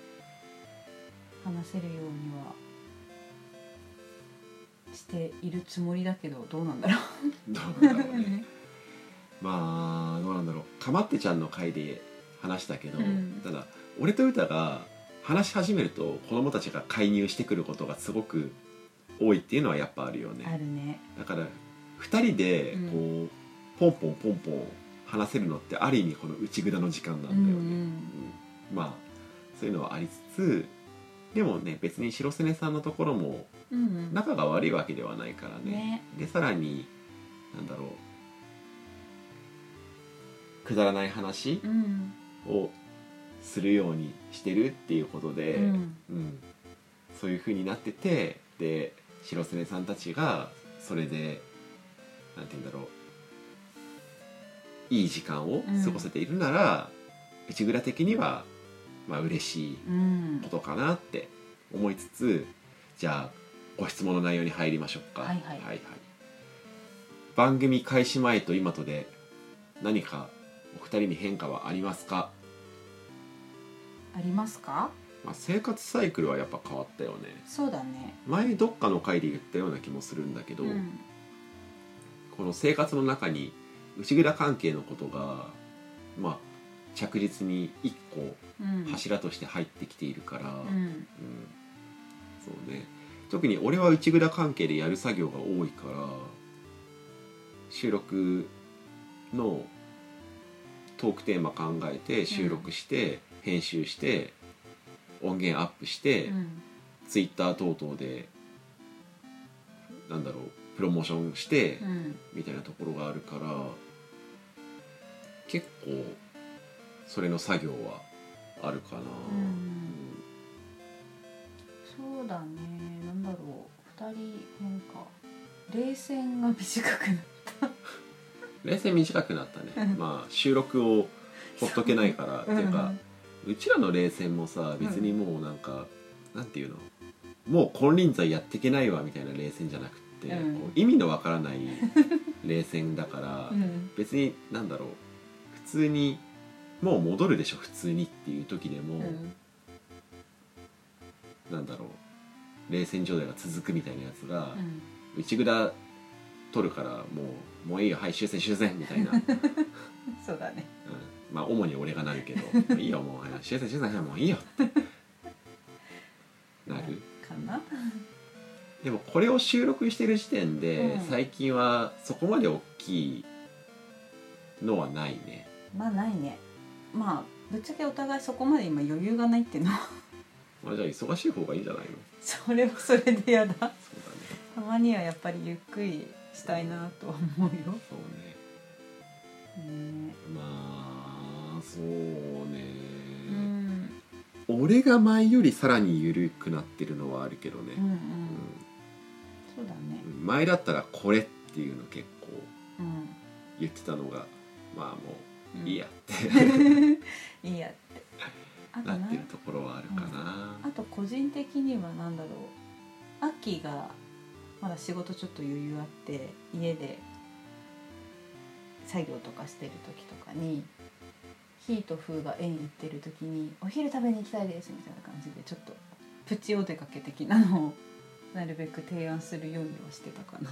S3: 話せるようにはしているつもりだけどどうなんだろ
S1: どうなんだろ
S3: う
S1: うね
S3: ね。
S1: まあどうなんだろうかまってちゃんの回で話したけど、
S3: うん
S1: ただ俺と歌が話し始めると子供たちが介入してくることがすごく多いっていうのはやっぱあるよ
S3: あ
S1: ね
S3: るね。
S1: だから2人でこう、ポンポンポンポン話せるのってある意味この内札の時間なんだ
S3: う
S1: よ
S3: んう
S1: ね、
S3: ん
S1: うんまあそういうのはありつつでもね別に白瀬さんのところも
S3: うんうん
S1: 仲が悪いわけではないからね
S3: ね
S1: でさらになんだろうくだらない話
S3: うん
S1: をするようにしてるっていうことで、
S3: うん
S1: うんそういう風になっててで白瀬さんたちがそれでなんて言うんだろういい時間を過ごせているなら、内蔵的にはまあ嬉しい
S3: うん
S1: ことかなって思いつつじゃあご質問の内容に入りましょうか
S3: はいはい
S1: 番組開始前と今とで何かお二人に変化はありますか、
S3: ありますか？
S1: まあ、生活サイクルはやっぱ変わったよね
S3: そうだね。
S1: 前どっかの回で言ったような気もするんだけど、
S3: うん
S1: この生活の中に内蔵関係のことがまあ着実に一個
S3: うん
S1: 柱として入ってきているから、
S3: うん
S1: うんそうね特に俺は内蔵関係でやる作業が多いから収録のトークテーマ考えて収録して、編集して音源アップして、
S3: うん
S1: ツイッター等々でなんだろうプロモーションして、
S3: うん
S1: みたいなところがあるから結構それの作業はあるかな。
S3: うんそうだね。なんだろう。二人変化。冷戦が短くなる。
S1: 冷静短くなったねまあ収録をほっとけないからっていうかうちらの冷戦もさ別にもうなんか、なんていうのもう金輪際やってけないわみたいな冷戦じゃなくって、
S3: うん
S1: こう意味のわからない冷戦だから、
S3: うん
S1: 別になんだろう普通にもう戻るでしょ普通にっていう時でも、
S3: うん
S1: なんだろう冷戦状態が続くみたいなやつが
S3: う、ん
S1: 内札取るからもうもういいよはい終戦終戦みたいな。
S3: そうだね。
S1: うんまあ主に俺がなるけ どいいよもう「修正修正もういいよ」なる
S3: かな。
S1: でもこれを収録してる時点で、
S3: うん
S1: 最近はそこまで大きいのはないね
S3: まあないね。まあぶっちゃけお互いそこまで今余裕がないっていうのは
S1: まあじゃあ忙しい方がいいんじゃないの
S3: それはそれでやだ。
S1: そうだね
S3: たまにはやっぱりゆっくりしたいなとは思うよ。
S1: そうね
S3: ね
S1: まあそうね、
S3: うん
S1: 俺が前よりさらに緩くなってるのはあるけど
S3: うんう
S1: ね、
S3: んそうだね
S1: うんうん前だったら「これ」っていうの結構
S3: うん
S1: 言ってたのがまあも
S3: うん
S1: う いいやって、
S3: いいやってあと
S1: な
S3: な
S1: ってるところはあるかな、
S3: あと個人的には何だろうアッキーがまだ仕事ちょっと余裕あって家で作業とかしてる時とかに火と風が縁行ってる時に「お昼食べに行きたいです」みたいな感じでちょっとプチお出かけ的なのをなるべく提案するようにはしてたかな、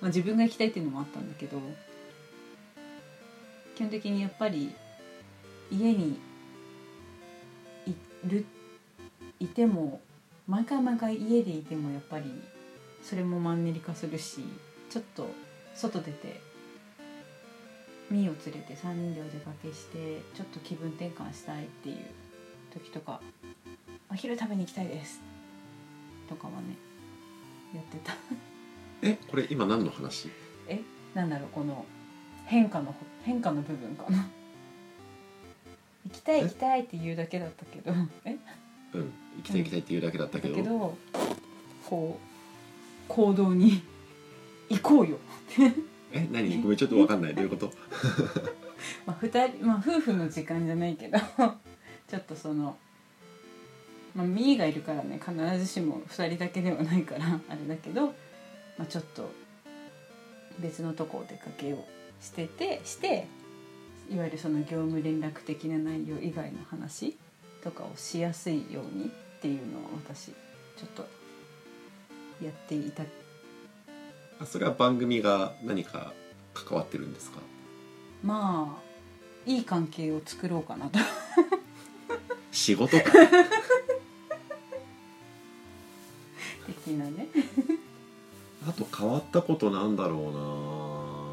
S3: まあ、自分が行きたいっていうのもあったんだけど基本的にやっぱり家にいるいても毎回毎回家でいてもやっぱりそれもマンネリ化するしちょっと外出てミーを連れて3人でお出かけしてちょっと気分転換したいっていう時とか「お昼食べに行きたいです」とかはねやってた
S1: えこれ今何の話
S3: えなんだろうこの変化の変化の部分かな行きたい
S1: え
S3: 行きたいって言うだけだったけど え
S1: うん行きたい行きたいっていうだけだった
S3: だ
S1: け
S3: け
S1: ど,、
S3: どこう行動に 行こうよ、
S1: え何ごめんちょっと分かんないどういうこと
S3: まあ二人まあ、夫婦の時間じゃないけど ちょっとその、まあ、ミーがいるからね必ずしも2人だけではないからあれだけど、まあ、ちょっと別のとこお出かけをしててしていわゆるその業務連絡的な内容以外の話とかをしやすいようにっていうのは私ちょっとやっていた
S1: あそれは番組が何か関わってるんですか
S3: まあいい関係を作ろうかなと
S1: 仕事か
S3: 的なね
S1: あと変わったことなんだろう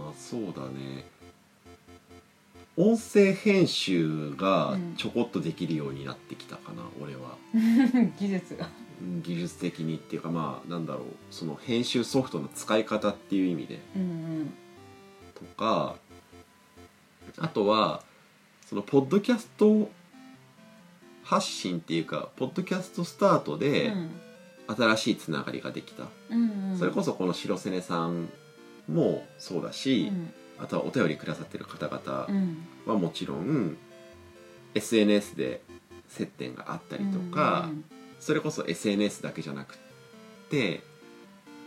S1: なそうだね音声編集がちょこっとできるようになってきたかな、俺は
S3: 技術が
S1: うん技術的にっていうかまあなんだろうその編集ソフトの使い方っていう意味で
S3: うん
S1: とかあとはそのポッドキャスト発信っていうかポッドキャストスタート
S3: うんう
S1: で
S3: ん
S1: 新しいつながりができた、
S3: うんうん
S1: それこそこの白瀬根さんもそうだし、
S3: うん
S1: あとはお便りくださってる方々
S3: うん
S1: はもちろん SNS で接点があったりとか、それこそ SNS だけじゃなくって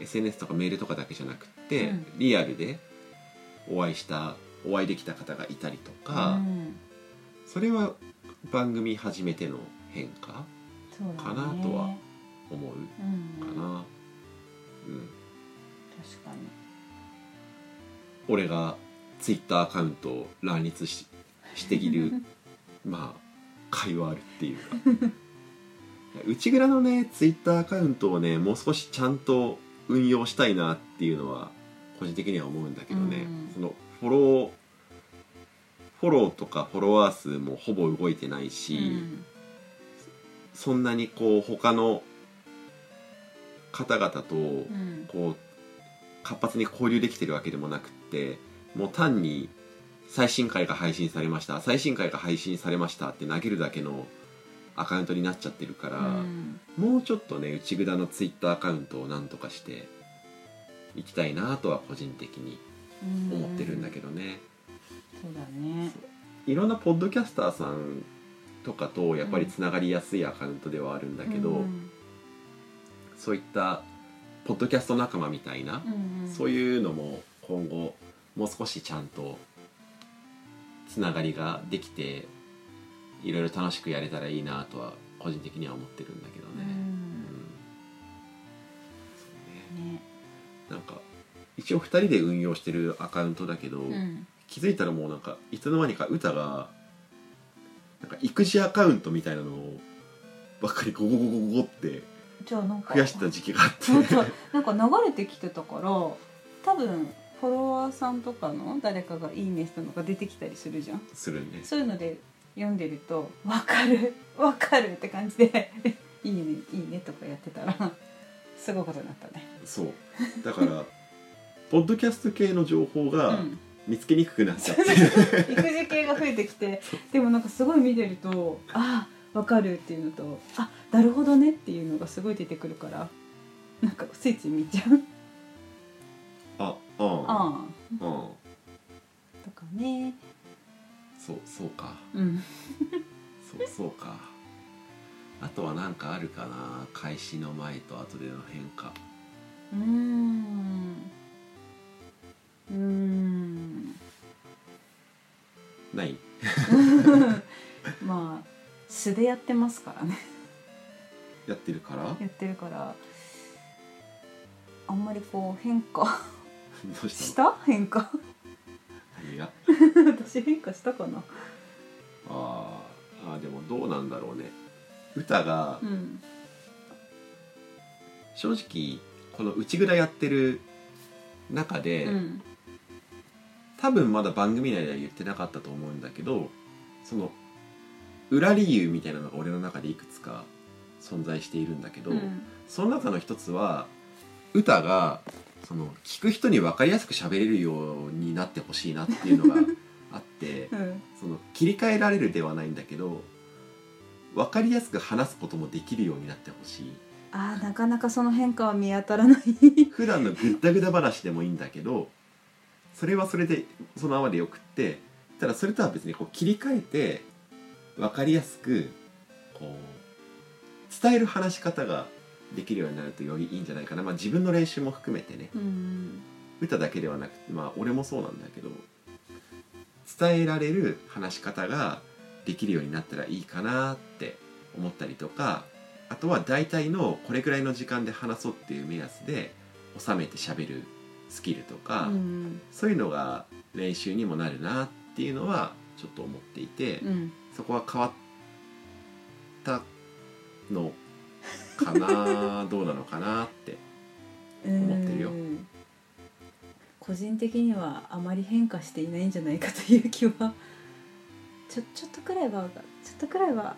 S1: SNS とかメールとかだけじゃなくって、
S3: うん
S1: リアルでお会いしたお会いできた方がいたりと
S3: う
S1: か、
S3: ん
S1: それは番組始めての変化
S3: そうだね
S1: かなとは思
S3: う
S1: うか
S3: ん
S1: な、うん、
S3: 確かに
S1: 俺が Twitter アカウントを乱立ししている まあ会話あるっていうか内蔵のね Twitter アカウントをねもう少しちゃんと運用したいなっていうのは個人的には思うんだけどね、
S3: うん
S1: そのフォローフォローとかフォロワー数もほぼ動いてないし、
S3: うん
S1: そんなにこう他の方々と
S3: うん
S1: こう活発に交流できてるわけでもなくってもう単に最新回が配信されました最新回が配信されましたって投げるだけのアカウントになっちゃってるから、
S3: うん
S1: もうちょっとね内蔵のツイッターアカウントをなんとかしていきたいなとは個人的に思ってるんだけどね、
S3: そうだね
S1: いろんなポッドキャスターさんとかとやっぱりつながりやすいアカウントではあるんだけど、
S3: うん
S1: そういったポッドキャスト仲間みたいな、
S3: うんうん
S1: そういうのも今後もう少しちゃんとつながりができていろいろ楽しくやれたらいいなとは個人的には思ってるんだけど
S3: う
S1: ね。うん
S3: ん
S1: そうね
S3: ね
S1: なんか一応2人で運用してるアカウントだけど、
S3: うん
S1: 気づいたらもうなんかいつの間にか歌がなんか育児アカウントみたいなのをばっかりゴゴゴゴゴゴって
S3: じゃあなんか
S1: 増やしてた時期があって
S3: そうそうなんか流れてきてたから多分フォロワーさんとかの誰かが「いいね」したのが出てきたりするじゃん
S1: するんで
S3: そういうので読んでると「わかるわかる」って感じで 「いいねいいね」とかやってたらすごいことになったね
S1: そうだからポッドキャスト系の情報
S3: う
S1: が
S3: ん
S1: 見つけにくくなっ ちゃって、
S3: 育児系が増えてきてでもなんかすごい見てると「ああわかる」っていうのと「あなるほどね」っていうのがすごい出てくるからなんかついつい見ちゃう
S1: ああ
S3: あ
S1: うんうん
S3: あとかね
S1: そうそうか
S3: うん
S1: そうそうかあとは何かあるかな開始の前と後での変化
S3: うーんうーん
S1: ない
S3: まあ素でやってますからね
S1: やってるから
S3: やってるからあんまりこう変化
S1: どう
S3: し
S1: したの
S3: た変化
S1: 何が
S3: 私変化したかな
S1: あーあーでもどうなんだろうね歌が
S3: うん
S1: 正直この内蔵やってる中で、
S3: うん
S1: 多分まだ番組内では言ってなかったと思うんだけどその裏理由みたいなのが俺の中でいくつか存在しているんだけど、
S3: うん
S1: その中の一つは歌がその聞く人に分かりやすく喋れるようになってほしいなっていうのが あって
S3: うん
S1: その切り替えられるではないんだけど分かりやすく話すこともできるようになってほしい
S3: あーなかなかその変化は見当たらない
S1: 普段のぐったぐだ話でもいいんだけどそれはそれでそのままでよくってただそれとは別にこう切り替えて分かりやすくこう伝える話し方ができるようになるとよりいいんじゃないかな、まあ、自分の練習も含めてね
S3: うん
S1: 歌だけではなくてまあ俺もそうなんだけど伝えられる話し方ができるようになったらいいかなって思ったりとかあとは大体のこれくらいの時間で話そうっていう目安で収めて喋るスキルと
S3: う
S1: か、
S3: ん
S1: そういうのが練習にもなるなっていうのはちょっと思っていて、
S3: うん
S1: そこは変わったのかなどうなのかなって思ってるよ
S3: うん個人的にはあまり変化していないんじゃないかという気はちょちょっとくらいはちょっとくらいは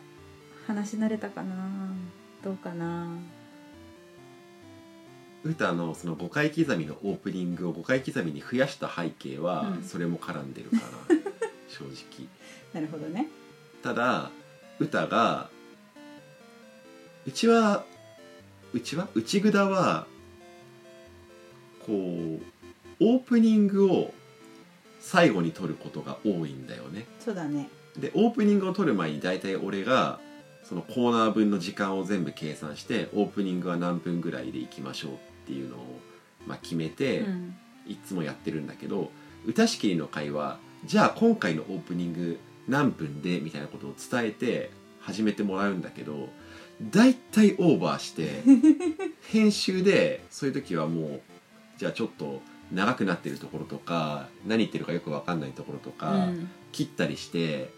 S3: 話し慣れたかなどうかな
S1: 歌のその5回刻みのオープニングを5回刻みに増やした背景は
S3: うん
S1: それも絡んでるかな、正直
S3: なるほどね
S1: ただ歌がうちはうちは内ぐだはこうオープニングを最後に撮ることが多いんだよね
S3: そうだね
S1: でオープニングを撮る前に大体俺がそのコーナー分の時間を全部計算してオープニングは何分ぐらいでいきましょうっていうのを、まあ、決めて、
S3: うん
S1: いつもやってるんだけど歌しきりの会はじゃあ今回のオープニング何分でみたいなことを伝えて始めてもらうんだけど大体オーバーして 編集でそういう時はもうじゃあちょっと長くなってるところとか何言ってるかよく分かんないところと
S3: う
S1: か、
S3: ん
S1: 切ったりして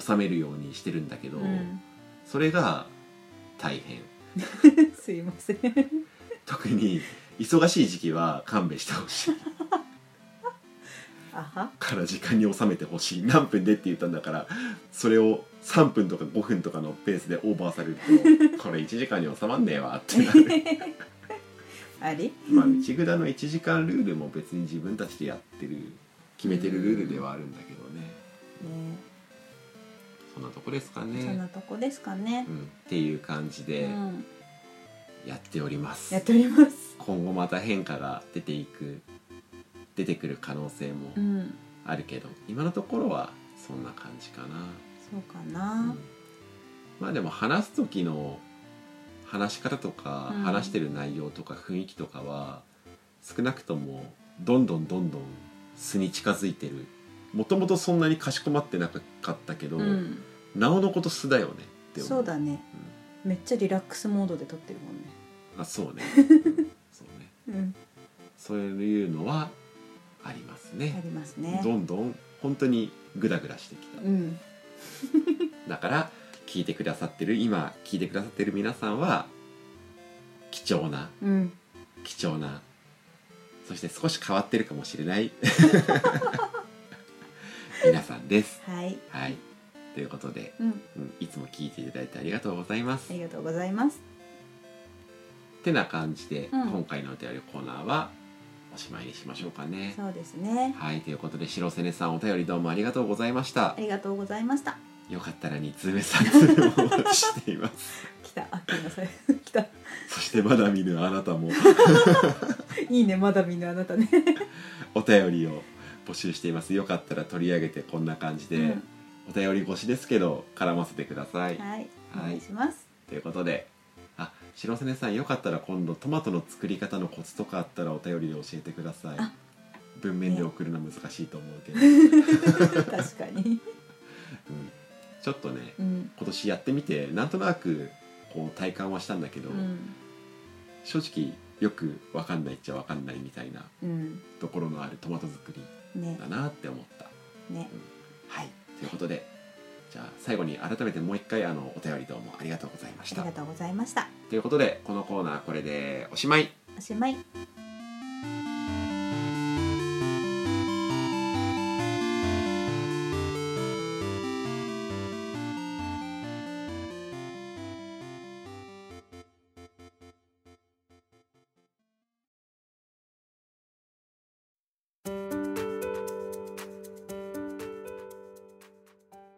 S1: 収めるようにしてるんだけど、
S3: うん
S1: それが大変
S3: すいません
S1: 特に忙しい時期は勘弁してほしい
S3: あは
S1: から時間に収めてほしい何分でって言ったんだからそれを3分とか5分とかのペースでオーバーされるとこれ1時間に収まんねえわってなる
S3: あり
S1: まあ内蔵の1時間ルールも別に自分たちでやってる決めてるルールではあるんだけどね
S3: ね
S1: そんなとこですか
S3: そんな
S1: ね、
S3: とこですかね
S1: う、ん、っていう感じ
S3: う
S1: で
S3: ん、
S1: やっております、
S3: やっております
S1: 今後また変化が出ていく出てくる可能性も
S3: うん
S1: あるけど、今のところはそんな感じかな。
S3: そうかな
S1: まあでも話す時の話し方とか、
S3: うん
S1: 話してる内容とか雰囲気とかは少なくともどんどんどんどん素に近づいてるもともとそんなにかしこまってなかったけど、
S3: うん
S1: なおのこと素だよねって思
S3: そうだね、めっちゃリラックスモードで撮ってるもんね
S1: あそ うね、うんそうね
S3: うん
S1: そういうのはあります
S3: あ
S1: ね
S3: りますね
S1: どんどん本当にグダグダしてきた、
S3: うん
S1: だから聞いてくださってる今聞いてくださってる皆さんは貴重な
S3: うん
S1: 貴重なそして少し変わってるかもしれない 皆さんです。
S3: はい
S1: はい、ということで、
S3: うん
S1: うんいつも聞いていただいてありがとうございます。
S3: あり
S1: っ
S3: がとうございます
S1: てな感じで、
S3: うん
S1: 今回のお便りコーナーはおしまいにしましょうかね。
S3: そうですね
S1: はいということで白瀬根さんお便りどうもありがとうございました
S3: あ。りがとうございました
S5: よかったら2通目3通目もお待ちしています
S3: 来たあきのさ 来た
S5: そしてまだ見ぬあなた も
S3: いいねまだみんなあなたね
S5: お便りを募集していますよかったら取り上げてこんな感じで、
S3: うん
S5: お便り越しですけど絡ませてください、
S3: は
S5: は
S3: い
S5: い
S3: お願いします
S5: ということであ白瀬さんよかったら今度トマトの作り方のコツとかあったらお便りで教えてください
S3: あ
S5: 文面で送るの難しいと思うけど、
S3: 確かに
S5: うんちょっとね
S3: うん
S5: 今年やってみてなんとなくこう体感はしたんだけど、
S3: うん
S5: 正直よくわかんないっちゃわかんないみたいな
S3: うん
S5: ところのあるトマト作り
S3: ね
S5: だなって思った
S3: ね
S5: はいということでじゃあ最後に改めてもう一回あのお便りどうもありがとうございまし
S3: あ
S5: た
S3: りがとうございました
S5: ということでこのコーナーこれでおしまい
S3: おしまい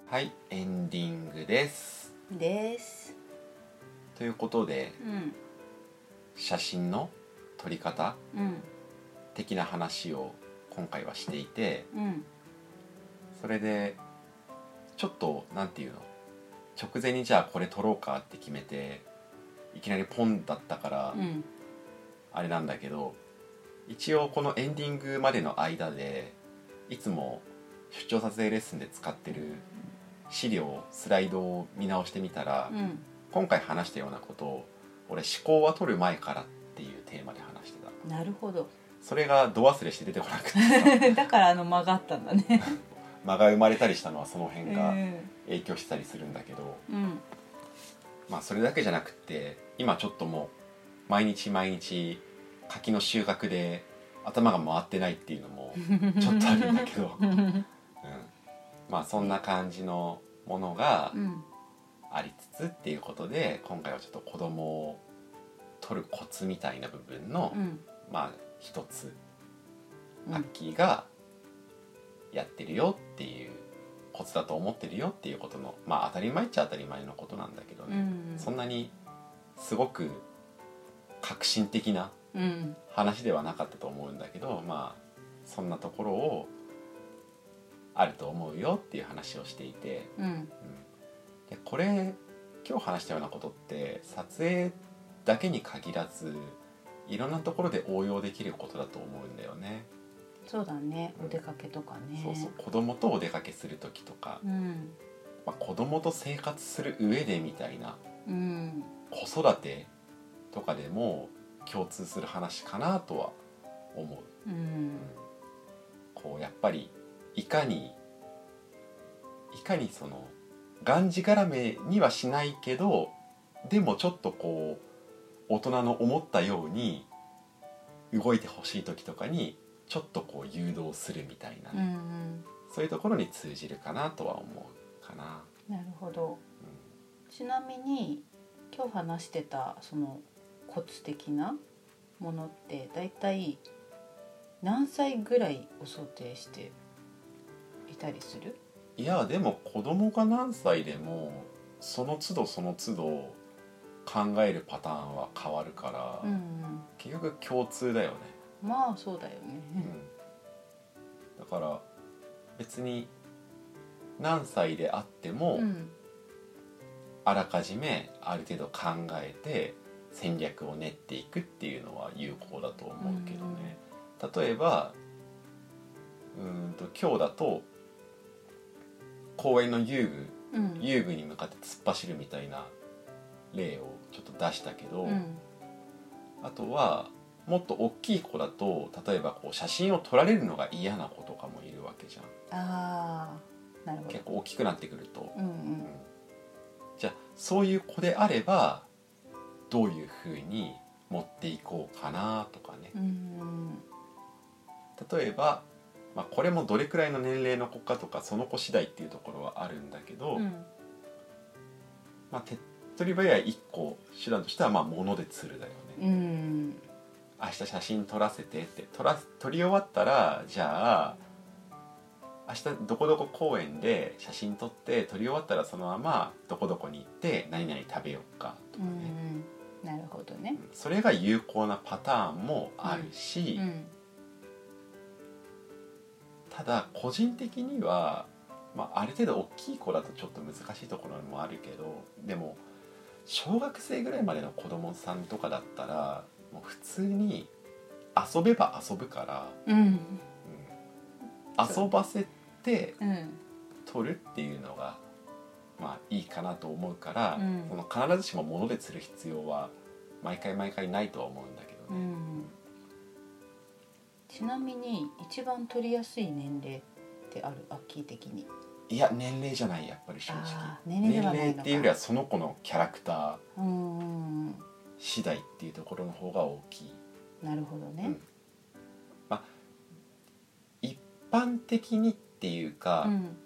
S1: はいエンディングです
S3: です
S1: ということで
S3: うん
S1: 写真の撮り方
S3: うん
S1: 的な話を今回はしていて
S3: うん
S1: それでちょっとなんていうの直前にじゃあこれ撮ろうかって決めていきなりポンだったから
S3: うん
S1: あれなんだけど一応このエンディングまでの間でいつも出張撮影レッスンで使ってる資料スライドを見直してみたら、
S3: うん
S1: 今回話したようなことを俺「思考は取る前から」っていうテーマで話してた
S3: なるほど
S1: それが度忘れして出てこなくて
S3: だからあの間があったんだね
S1: 間が生まれたりしたのはその辺が
S3: え
S1: 影響してたりするんだけど、
S3: えうん
S1: まあそれだけじゃなくって今ちょっともう毎日毎日柿の収穫で頭が回ってないっていうのも ちょっとあるんだけど、うん、まあそんな感じのものが
S3: うん
S1: ありつつっていうことで今回はちょっと子供を取るコツみたいな部分の、
S3: うん
S1: まあ一つ
S3: うん
S1: アッキーがやってるよっていうコツだと思ってるよっていうことのまあ当たり前っちゃ当たり前のことなんだけど
S3: う
S1: ね、
S3: ん
S1: そんなにすごく革新的な
S3: うん
S1: 話ではなかったと思うんだけどまあそんなところをあると思うよっていう話をしていて
S3: うん
S1: でこれ今日話したようなことって撮影だけに限らずいろんなところで応用できることだと思うんだよね。
S2: そうだねお出かけとかね
S1: そうそう子供とお出かけする時とか、
S3: うん
S1: まあ、子供と生活する上でみたいな
S3: うん
S1: 子育てとかでも共通する話かなとは思う。
S3: うん
S1: こうやっぱりいかにいかにそのがんじがらめにはしないけどでもちょっとこう大人の思ったように動いてほしい時とかにちょっとこう誘導するみたいな、
S3: うんうん
S1: そういうところに通じるかなとは思うかな。
S2: なるほどちなみに今日話してたそのコツ的なものってだいたい何歳ぐらいを想定していたりする
S1: いやでも子供が何歳でもその都度その都度考えるパターンは変わるから、
S2: うんうん
S1: 結局共通だよね。
S2: まあそうだよね
S1: だから別に何歳であっても、
S2: うん
S1: あらかじめある程度考えて戦略を練っていくっていうのは有効だと思うけどね、例えばうーんと今日だと公園の遊
S2: う
S1: 具
S2: ん
S1: 遊具に向かって突っ走るみたいな例をちょっと出したけど、
S2: うん
S1: あとはもっと大きい子だと例えばこう写真を撮られるのが嫌な子とかもいるわけじゃん。
S2: ああなるほど
S1: 結構大きくなってくると、
S2: うんう
S1: うん
S2: ん
S1: じゃあそういう子であればどういうふうに持っていこうかなとかね
S2: うん
S1: 例えば、まあ、これもどれくらいの年齢の子かとかその子次第っていうところはあるんだけ
S2: う
S1: ど、
S2: ん
S1: まあ、手っ取り早い1個手段としてはまあ物で釣るだよね、
S2: うん
S1: 明日写真撮らせてって撮ら撮り終わったらじゃあ明日どこどこ公園で写真撮って撮り終わったらそのままどこどこに行って何々食べようかと
S3: う
S1: か
S3: んう
S1: ね、
S3: んなるほどね
S1: それが有効なパターンもあるし、
S3: うん
S1: ただ個人的には、まあ、ある程度大きい子だとちょっと難しいところもあるけどでも小学生ぐらいまでの子供さんとかだったらもう普通に遊べば遊ぶから、
S3: うん
S1: うん遊ばせて
S3: うん
S1: 取るっていうのがまあいいかなと思うから、
S3: うん
S1: その必ずしも物で釣る必要は毎回毎回ないとは思うんだけ
S3: う
S1: どね、
S3: んちなみに一番取りやすい年齢ってあるアッキー的に
S1: いや年齢じゃないやっぱり正直
S3: あー年齢ではないのか
S1: っていうよりはその子のキャラクター
S3: うんうんうん
S1: 次第っていうところの方が大きい。
S3: なるほどね
S1: 一般的にっていうか、
S3: うん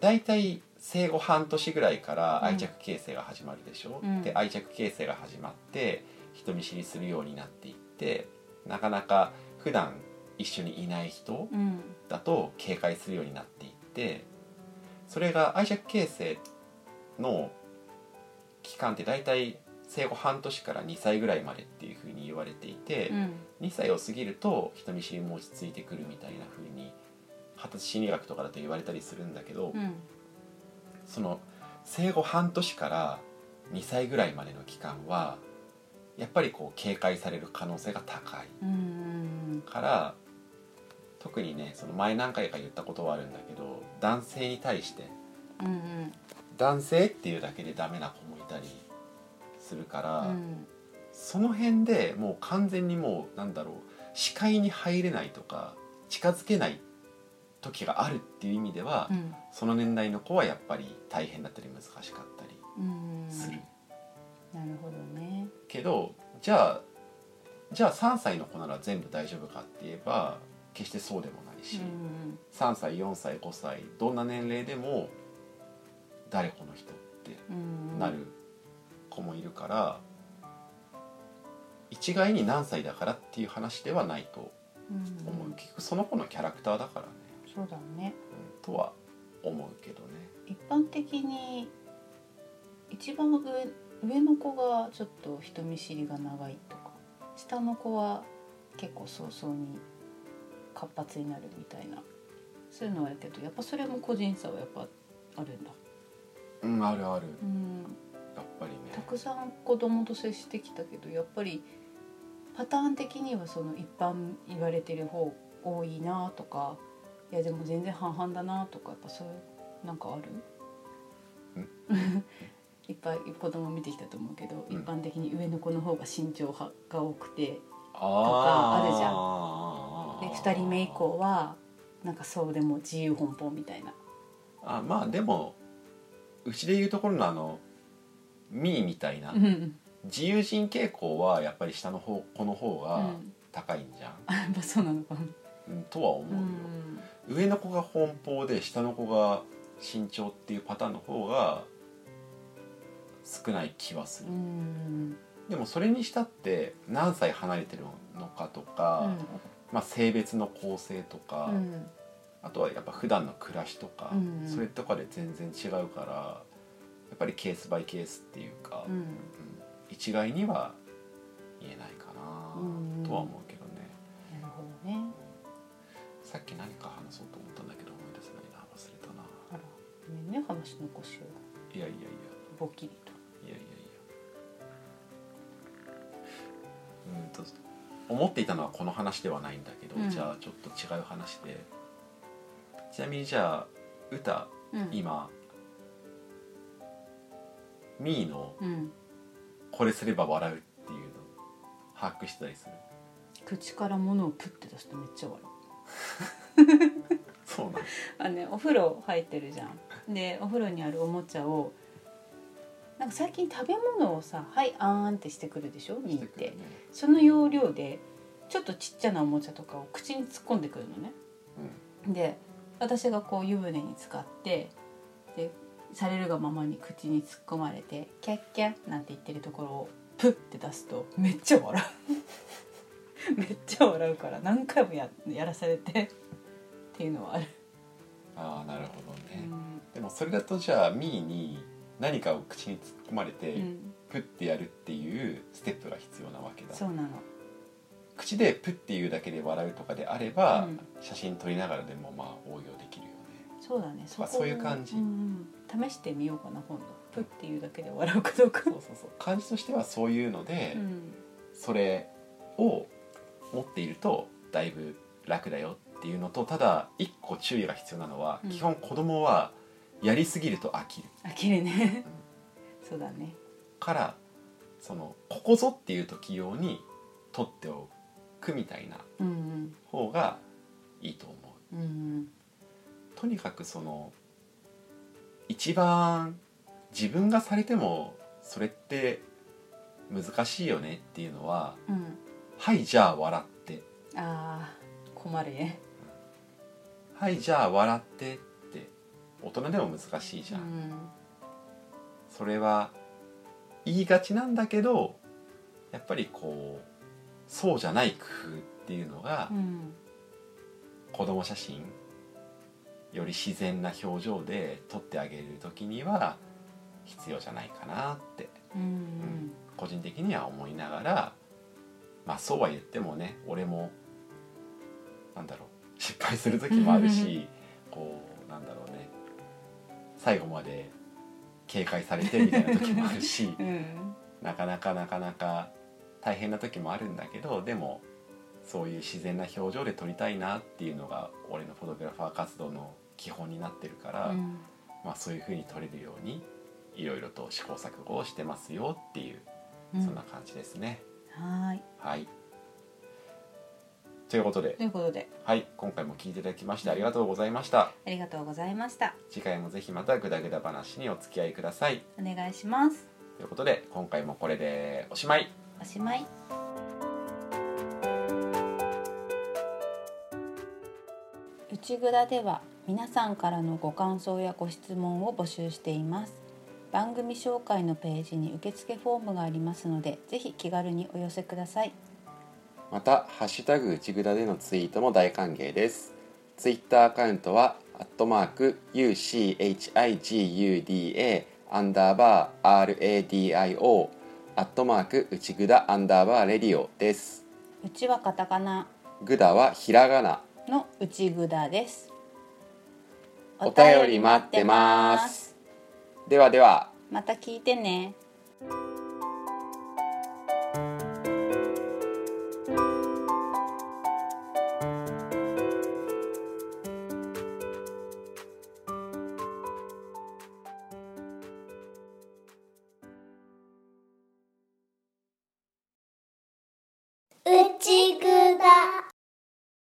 S1: だいたい生後半年ぐらいから
S3: うん
S1: 愛着形成が始まるでしょ、
S3: うん
S1: で愛着形成が始まって人見知りするようになっていってなかなか普段一緒にいない人
S3: うん
S1: だと警戒するようになっていってそれが愛着形成の期間ってだいたい生後半年から2歳ぐらいまでっていうふうに言われていて、
S3: うん
S1: 2歳を過ぎると人見知りも落ち着いてくるみたいな風に発達心理学とかだと言われたりするんだけど、
S3: うん
S1: その生後半年から2歳ぐらいまでの期間はやっぱりこう警戒される可能性が高い
S3: うんうん
S1: から特にねその前何回か言ったことはあるんだけど男性に対して
S3: うんうん
S1: 男性っていうだけでダメな子もいたりするから、
S3: うん
S1: その辺でもう完全にもうなんだろう視界に入れないとか近づけない時があるっていう意味では、
S3: うん
S1: その年代の子はやっぱり大変だったり難しかったり
S3: うん
S1: する、
S3: なるほどね
S1: けどじゃあじゃあ3歳の子なら全部大丈夫かって言えば決してそうでもないし、
S3: うん
S1: 3歳4歳5歳どんな年齢でも誰この人って
S3: うんうん
S1: なる子もいるから、一概に何歳だからっていう話ではないと
S3: うん
S1: 思う、結局その子のキャラクターだからね、
S3: そうだね
S1: うんとは思うけどね
S3: 一般的に一番上上の子がちょっと人見知りが長いとか下の子は結構早々に活発になるみたいなそういうのはやるけどやっぱそれも個人差はやっぱあるんだ、
S1: うんあるある
S3: うん、
S1: やっぱり
S3: た
S1: ね
S3: くさん子供と接してきたけどやっぱりパターン的にはその一般言われてる方多いなとかいやでも全然半々だなとかやっぱそういうなんかある いっぱい子供見てきたと思うけど、
S1: うん
S3: 一般的に上の子の方が身長派が多くて
S1: あー
S3: あるじゃんで
S1: あ
S3: 2人目以降はなんかそうでも自由奔放みたいな
S1: あまあでもうちでいうところのあのミーみたいな、
S3: うん
S1: 自由人傾向はやっぱり下の方この方
S3: う
S1: が
S3: ん
S1: 高いんじゃん、
S3: やっぱそうなのかな
S1: うん、とは思うよ、上の子が奔放で下の子が慎重っていうパターンの方が少ない気はする、
S3: うん
S1: でもそれにしたって何歳離れてるのかとか、まあ、性別の構成とか、
S3: うん
S1: あとはやっぱ普段の暮らしとか、
S3: うんうん
S1: それとかで全然違うからやっぱりケースバイケースっていうか、
S3: う
S1: うん
S3: ん
S1: 一概には言えないか
S3: うんうん
S1: なとは思うけどね、
S3: なるほどね。
S1: さっき何か話そうと思ったんだけど思い出せないな忘れたな
S3: あら、ごめんね、話の腰を
S1: いやいやいや
S3: ぼきりと。
S1: いやいやいやうんと思っていたのはこの話ではないんだけど、
S3: うん
S1: じゃあちょっと違う話でちなみにじゃあ歌
S3: うん。
S1: 今ミーの
S3: うん。
S1: 「これすれば笑う」っていうの把握してたりする
S3: 口から物をプッて出すとめっちゃ笑
S1: そうなん
S3: う。あのね、お風呂入ってるじゃん。で、お風呂にあるおもちゃを。なんか最近食べ物をさ、はい、あーんってしてくるでしょ、ミーって。その要領で、ちょっとちっちゃなおもちゃとかを口に突っ込んでくるのね。で私がこう湯船に浸かってでされるがままに口に突っ込まれて「キャッキャ」なんて言ってるところをプッて出すとめっちゃ笑 うめっちゃ笑うから何回もややらされてっていうのはある
S1: あああなるほどね、
S3: うん
S1: でもそれだとじゃあミーに何かを口に突っ込まれて、
S3: うん、
S1: プッてやるっていうステップが必要なわけだ
S3: そうなの
S1: 口でプッて言うだけで笑うとかであれば、
S3: うん
S1: 写真撮りながらでもまあ応用できるよね
S3: そうだね
S1: そうか
S3: こを
S1: そういう感じ
S3: んうん試してみようかな今度プっていうだけで笑うかどうか
S1: そうそうそう感じとしてはそういうので、
S3: うん
S1: それを持っているとだいぶ楽だよっていうのとただ一個注意が必要なのは、
S3: うん
S1: 基本子供はやりすぎると飽きる
S3: あきれねそうだね
S1: からそのここぞっていう時用に取っておくみたいな
S3: うん
S1: 方がいいと思う。
S3: うんうん
S1: とにかくその一番自分がされてもそれって難しいよねっていうのは
S3: うんうん
S1: 「はいじゃあ笑って」
S3: あー困るね
S1: 「はいじゃあ笑って」って大人でも難しいじ
S3: う
S1: ゃん、
S3: ん
S1: それは言いがちなんだけどやっぱりこうそうじゃない工夫っていうのが
S3: うん
S1: 子供写真より自然な表情で撮ってあげる時には必要じゃないかなって
S3: うんうん
S1: 個人的には思いながらまあそうは言ってもね俺もなんだろう失敗する時もあるしこうなんだろうね最後まで警戒されてみたいな時もあるし
S3: うん
S1: なかなかなかなか大変な時もあるんだけどでもそういう自然な表情で撮りたいなっていうのが俺のフォトグラファー活動の基本になってるから、
S3: うん
S1: まあ、そういう風に撮れるようにいろいろと試行錯誤をしてますよっていう
S3: うん
S1: そんな感じですね。
S3: はーい
S1: はい。ということで
S3: と、いうことで
S1: はい、今回も聞いていただきましてありがとうございました。
S3: ありがとうございました
S1: 次回もぜひまたグダグダ話にお付き合いください。
S3: お願いします
S1: ということで、今回もこれでおしまい。
S3: おしまい内蔵では皆さんからのご感想やご質問を募集しています番組紹介のページに受付フォームがありますのでぜひ気軽にお寄せください
S1: また、ハッシュタグ内ぐだでのツイートも大歓迎です。ツイッターアカウントは、アットマーク、UCHIGUDA、アンダーバー、RADIO、アットマーク、内ぐだ、アンダーバー、レディオです。
S3: うちはカタカナ
S1: ぐだはひらがな。
S3: の内蔵です
S1: お便り待ってます。ではでは。
S3: また聞いてね